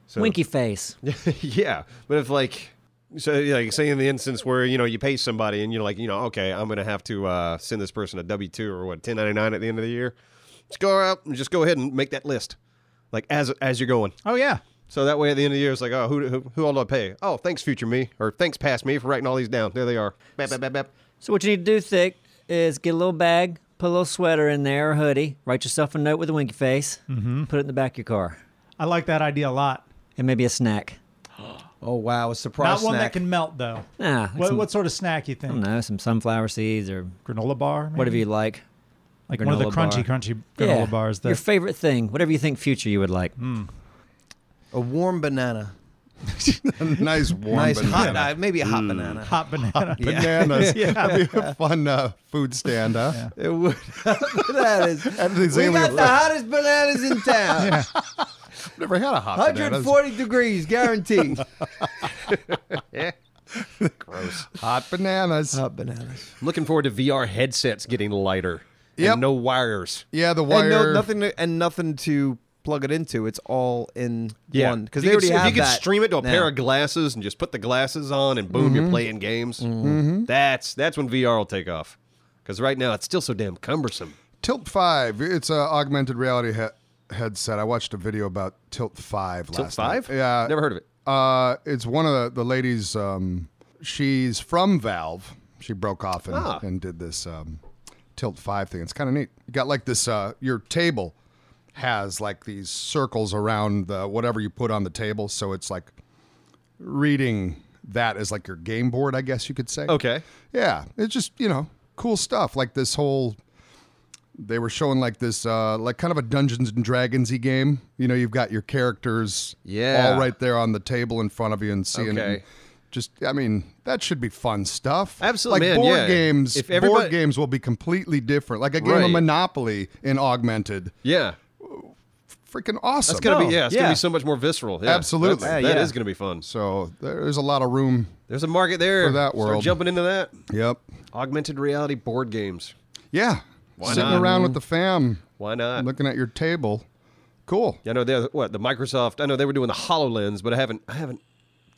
So Winky face. yeah, but if like so like say in the instance where you know you pay somebody and you're like you know okay I'm gonna have to uh, send this person a W two or what 1099 at the end of the year, just go out and just go ahead and make that list, like as as you're going. Oh yeah, So that way at the end of the year it's like oh who who, who all do I pay? Oh thanks future me or thanks past me for writing all these down. There they are. Bap, bap, bap, bap. So what you need to do, thick, is get a little bag, put a little sweater in there, or hoodie. Write yourself a note with a winky face. Mm-hmm. Put it in the back of your car, I like that idea a lot. and maybe a snack. Oh wow, a Not surprise one that snack. can melt though. Nah, like What, some, what sort of snack you I don't think? know, some sunflower seeds or Granola bar, maybe? whatever you like. like one of the granola crunchy, bar. crunchy granola yeah, bars. That your favorite thing, whatever you think future you would like. a warm banana. nice warm nice hot, banana. uh, maybe a hot banana. hot banana. Bananas. That'd be a fun uh, food stand, huh? It would. that is. And these we alien got the hottest bananas in town. Never had a hot banana. 140 degrees, guaranteed. Hot bananas. hot bananas. I'm looking forward to VR headsets getting lighter. Yep. And no wires. yeah, the wire. And no, nothing to, and nothing to plug it into. It's all in one because If they you could- already if have you could that stream it to a now. Mm-hmm. pair of glasses and just put the glasses on and boom, you're playing games. Mm-hmm. That's that's when VR will take off. Because right now it's still so damn cumbersome. Tilt Five. It's a augmented reality he- headset. I watched a video about Tilt Five Tilt last night. five? Yeah, never heard of it. Uh, it's one of the, the ladies. Um, she's from Valve. She broke off and, Ah. and did this um, Tilt Five thing. It's kind of neat. You got like this. Uh, your table has like these circles around the whatever you put on the table, so it's like reading that as like your game board. I guess you could say. Okay, Yeah, it's just you know cool stuff like this whole. They were showing like this, uh, like kind of a Dungeons and Dragonsy game. You know, you've got your characters, Yeah. all right there on the table in front of you, and seeing it. Okay. and Just, I mean, that should be fun stuff. Absolutely, like man, board yeah. games. If everybody- board games will be completely different. Like a game Right. of Monopoly in augmented, yeah, freaking awesome. it's gonna be yeah, it's gonna yeah. be so much more visceral. Yeah, Absolutely. That's- Yeah, that yeah. is gonna be fun. So there's a lot of room. There's a market there For that Start world. jumping into that Yep. augmented reality board games. Yeah. Why Sitting not? Mm-hmm. around with the fam, Why not? looking at your table. Cool. I know they're what the Microsoft. I know they were doing the Hololens, but I haven't I haven't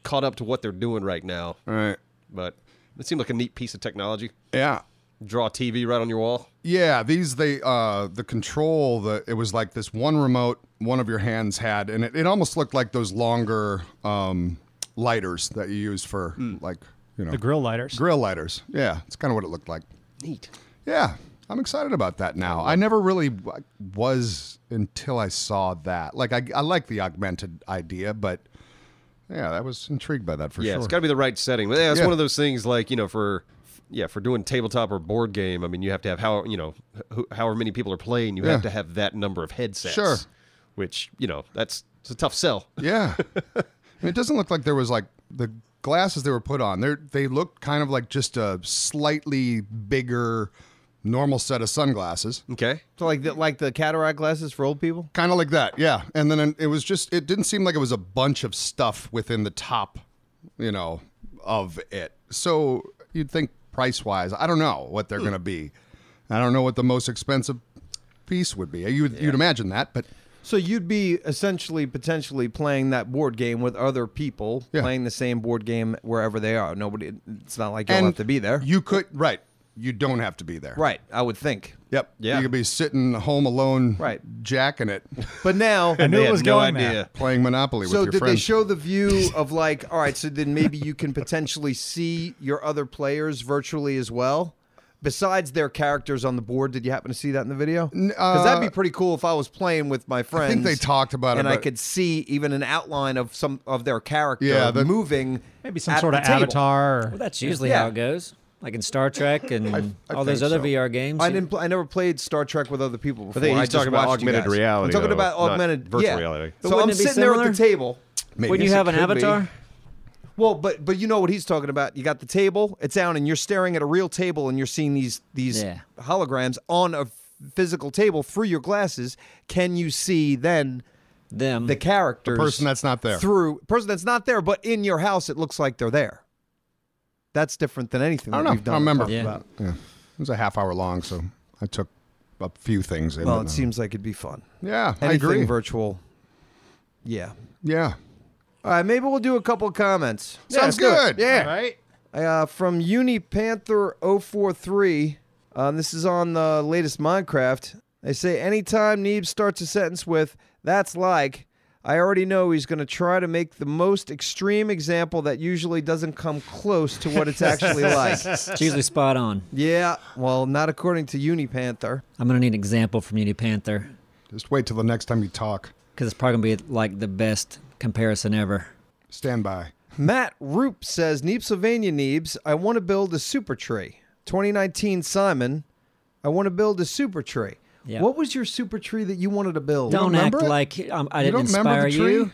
caught up to what they're doing right now. All right. But it seemed like a neat piece of technology. Yeah. Draw a TV right on your wall. Yeah, these they uh the control the it was like this one remote one of your hands had and it, it almost looked like those longer um lighters that you use for Hmm. like you know the grill lighters. grill lighters. Yeah, it's kind of what it looked like. Neat. Yeah, I'm excited about that now. I never really w- was until I saw that. Like I I like the augmented idea, but yeah, I was intrigued by that for Yeah, sure. it's got to be the right setting. But yeah, it's Yeah. one of those things like you know for yeah for doing tabletop or board game. I mean, you have to have how you know who, however many people are playing, you have Yeah. to have that number of headsets. Sure. Which you know that's it's a tough sell. Yeah. I mean, it doesn't look like there was like the glasses they were put on. They they looked kind of like just a slightly bigger normal set of sunglasses. Okay. So like the like the cataract glasses for old people. Kind of like that. Yeah. And then it was just it didn't seem like it was a bunch of stuff within the top, you know, of it. So you'd think price-wise, I don't know what Hmm. they're going to be. I don't know what the most expensive piece would be. You would you'd imagine that, but So you'd be essentially potentially playing that board game with other people Yeah. playing the same board game wherever they are. Nobody. It's not like you'll and have to be there. You could right. You don't have to be there. right. I would think. Yep. Yeah. You could be sitting home alone, Right. jacking it, But now I knew They it had was no going idea. there. playing Monopoly So with your did friends. they show the view of like, all right, so then maybe you can potentially see your other players virtually as well? besides their characters on the board? Did you happen to see that in the video? Because that'd uh, be pretty cool if I was playing with my friends. they talked about it, and I but- could see even an outline of some of their character Yeah, the- moving. Maybe some at sort the of table. avatar. Or, Well, that's usually Yeah. how it goes. Like in Star Trek and I all those think other so. VR games. I you- didn't. Pl- I never played Star Trek with other people before. I think he's just talking about watched you augmented guys. reality, I'm talking though, about not augmented virtual yeah. reality. But So I'm wouldn't it be sitting there at the similar? table. Maybe. Wouldn't you Yes, have it an could be. avatar? Well, but but you know what he's talking about. You got the table, it's down, and you're staring at a real table, and you're seeing these these Yeah. holograms on a physical table through your glasses. Can you see then Them. the characters? person that's not there. Through person that's not there, but in your house, it looks like they're there. That's different than anything I don't that know. we've done. I and remember. talked Yeah. About. Yeah. It was a half hour long, so I took a few things in. Well, but, it uh, seems like it'd be fun. Yeah, I Anything agree. virtual. Yeah. yeah. All right, maybe we'll do a couple comments. Sounds let's do it. good. Yeah. Right? uh, from UniPanther043. Um, this is on the latest Minecraft. They say anytime Neeb starts a sentence with "That's like," I already know he's going to try to make the most extreme example that usually doesn't come close to what it's actually like. It's usually spot on. Yeah, well, not according to UniPanther. I'm gonna need an example from Unity Panther Just wait till the next time you talk. because it's probably gonna be like the best comparison ever. Stand by. Matt Roop says, Neepsylvania Neebs, I want to build a super tree. 2019 Simon, I want to build a super tree. Yeah. What was your super tree that you want to build? Don't act remember it? like um, I You don't didn't remember inspire the tree? you.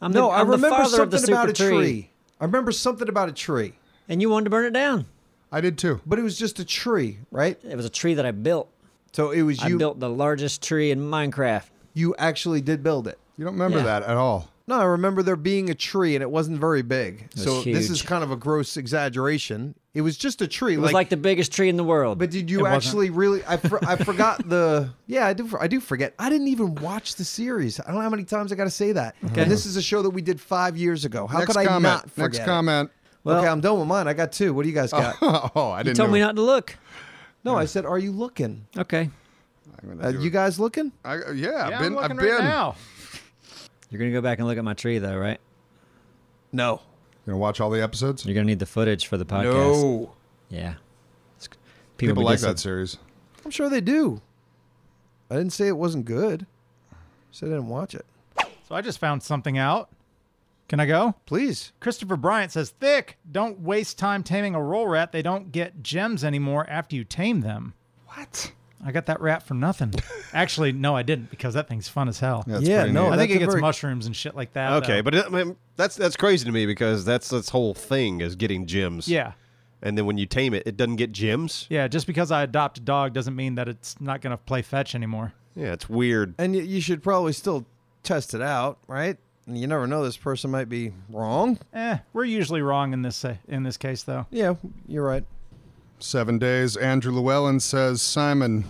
I'm No, the, I I'm the remember father of the something about a super tree. I remember something about a tree, and you wanted to burn it down. I did too. but it was just a tree, right? It was a tree that I built. So it was I you. built the largest tree in Minecraft. you actually did build it. You don't remember Yeah. that at all. No, I remember there being a tree, and it wasn't very big. was so this is huge. kind of a gross exaggeration. It was just a tree. It was like, the biggest tree in the world. but did you actually really? I for, I forgot the. Yeah, I do. I do forget. I didn't even watch the series. I don't know how many times I got to say that. And this is a show that we did five years ago. How next could I comment. not forget? next it? comment. okay, Well- I'm done with mine. I got two. What do you guys got? oh, I didn't told know. me not to look. no, I said, are you looking? Okay, I'm gonna Uh, do you it. guys looking? I, uh, yeah, Yeah, I've been. I'm looking have right been. now. you're gonna go back and look at my tree though, right? No. Gonna watch all the episodes. You're gonna need the footage for the podcast. No. Yeah. It's- People, be like disa- that series. I'm sure they do. I didn't say it wasn't good. I said I didn't watch it. So I just found something out. Can I go? Please. Christopher Bryant says, Thick, don't waste time taming a roll rat. They don't get gems anymore after you tame them. What? I got that rat for nothing. Actually, no, I didn't because that thing's fun as hell. That's Yeah, pretty no, neat. I that- think that's it a gets very- mushrooms and shit like that. Okay, though. but I mean, that's that's crazy to me because that's this whole thing is getting gems. yeah, and then when you tame it, it doesn't get gems. yeah. Just because I adopt a dog doesn't mean that it's not going to play fetch anymore. Yeah, it's weird. And y- you should probably still test it out, right? And you never know. This person might be wrong. Eh, we're usually wrong in this uh, in this case though. Yeah, you're right. Seven days. Andrew Llewellyn says, Simon,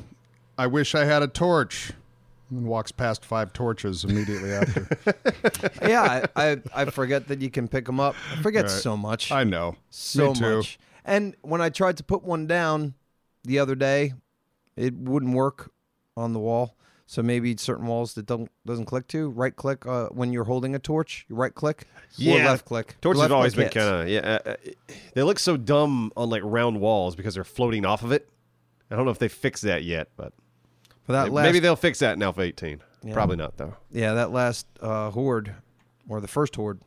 I wish I had a torch. And walks past five torches immediately after. yeah, I, I, I forget that you can pick them up. I forget so much. I know. so Me too. much. And when I tried to put one down the other day, it wouldn't work on the wall. So maybe certain walls that don't doesn't click to right click uh, when you're holding a torch. You right click or Yeah. left click. Torches Left have always been click kind hits. of yeah. Uh, uh, they look so dumb on like round walls because they're floating off of it. I don't know if they fixed that yet, but For that last, maybe they'll fix that in Alpha 18. Probably not though. yeah, that last uh, horde or the first horde,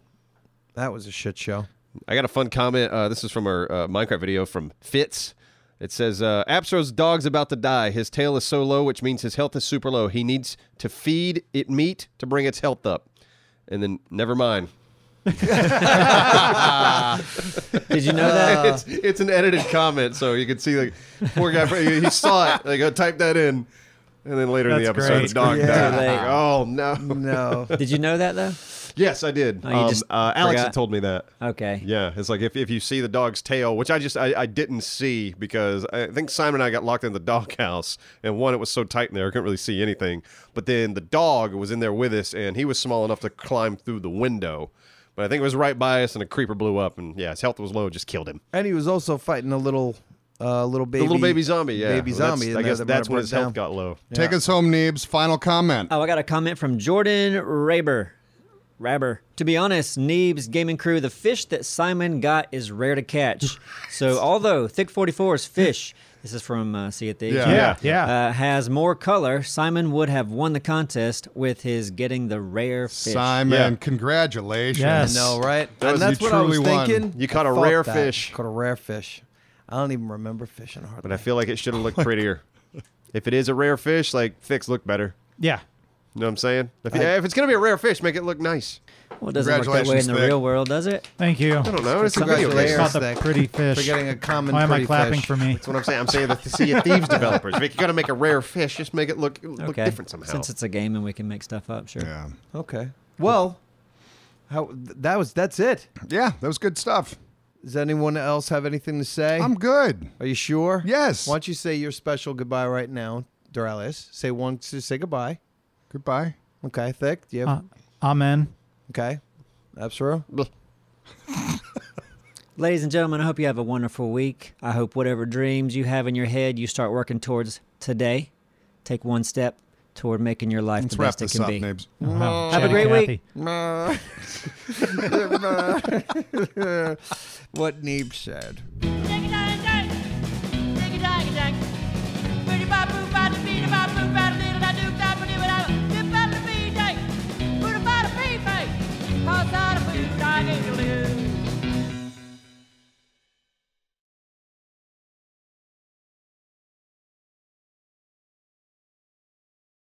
that was a shit show. I got a fun comment. Uh, this is from our uh, Minecraft video from Fitz. It says, uh, Absro's dog's about to die. His tail is so low, which means his health is super low. He needs to feed it meat to bring its health up. And then, never mind. Did you know that? it's, it's an edited comment, so you can see, like, poor guy, he he saw it. Like, I typed that in. And then later in the That's episode, great. the dog Yeah. died. Too late. Like, oh, no. No, Did you know that though? Yes, I did. Oh, you um, just uh, Alex had forgot. told me that. Okay. Yeah, it's like if, if you see the dog's tail, which I just I, I didn't see because I think Simon and I got locked in the doghouse, and one it was so tight in there I couldn't really see anything. But then the dog was in there with us, and he was small enough to climb through the window. But I think it was right by us, and a creeper blew up, and yeah, his health was low, just killed him. and he was also fighting a little, uh, little baby, the little baby zombie, yeah, baby Well, that's- zombie. in I there guess that might that's have when broke his health down. got low. Take us home, Neebs. Final comment. Oh, I got a comment from Jordan Raber. Raber. To be honest, Neebs Gaming Crew, the fish that Simon got is rare to catch. So although Thick 44's fish This is from uh, Sea of Thieves. Yeah. right? Yeah, yeah. Uh, has more color. Simon would have won the contest with his getting the rare fish. Simon, Yeah. congratulations. I Yes. know, right? That and was- that's you what I was truly won. thinking. You caught I a thought rare that. fish. Caught a rare fish. I don't even remember fishing hardly. But I feel like it should have looked prettier. if it is a rare fish, like thicks look better. Yeah. You know what I'm saying? If, if it's gonna be a rare fish, make it look nice. Well, it doesn't work that way in Congratulations, the Vic. real world, does it? Thank you. I don't know. It's a video game. Congratulations. Caught That's the Stick. pretty fish. for getting a common. Why am I pretty clapping fish. for me? what I'm saying. I'm saying that the Sea of Thieves developers. If you're gonna make a rare fish, just make it look look Okay. different somehow. Since it's a game and we can make stuff up, sure. Yeah. Okay. Well, how th- that was that's it. Yeah, that was good stuff. Does anyone else have anything to say? I'm good. Are you sure? Yes. Why don't you say your special goodbye right now, Doralius? Say one, to say goodbye. Goodbye. Okay, thick. Do you have, Uh, amen. okay, Absaro. Ladies and gentlemen, I hope you have a wonderful week. I hope whatever dreams you have in your head, you start working towards today. Take one step toward making your life Let's the wrap best it this can up, be. Nabes. Mm. Wow. Have a Chatty great Cathy. week. what Neeb said. Dig-a-dong-dong. Dig-a-dong-dong. Booty-bop-boo-bop, beat-a-bop-boo-bop.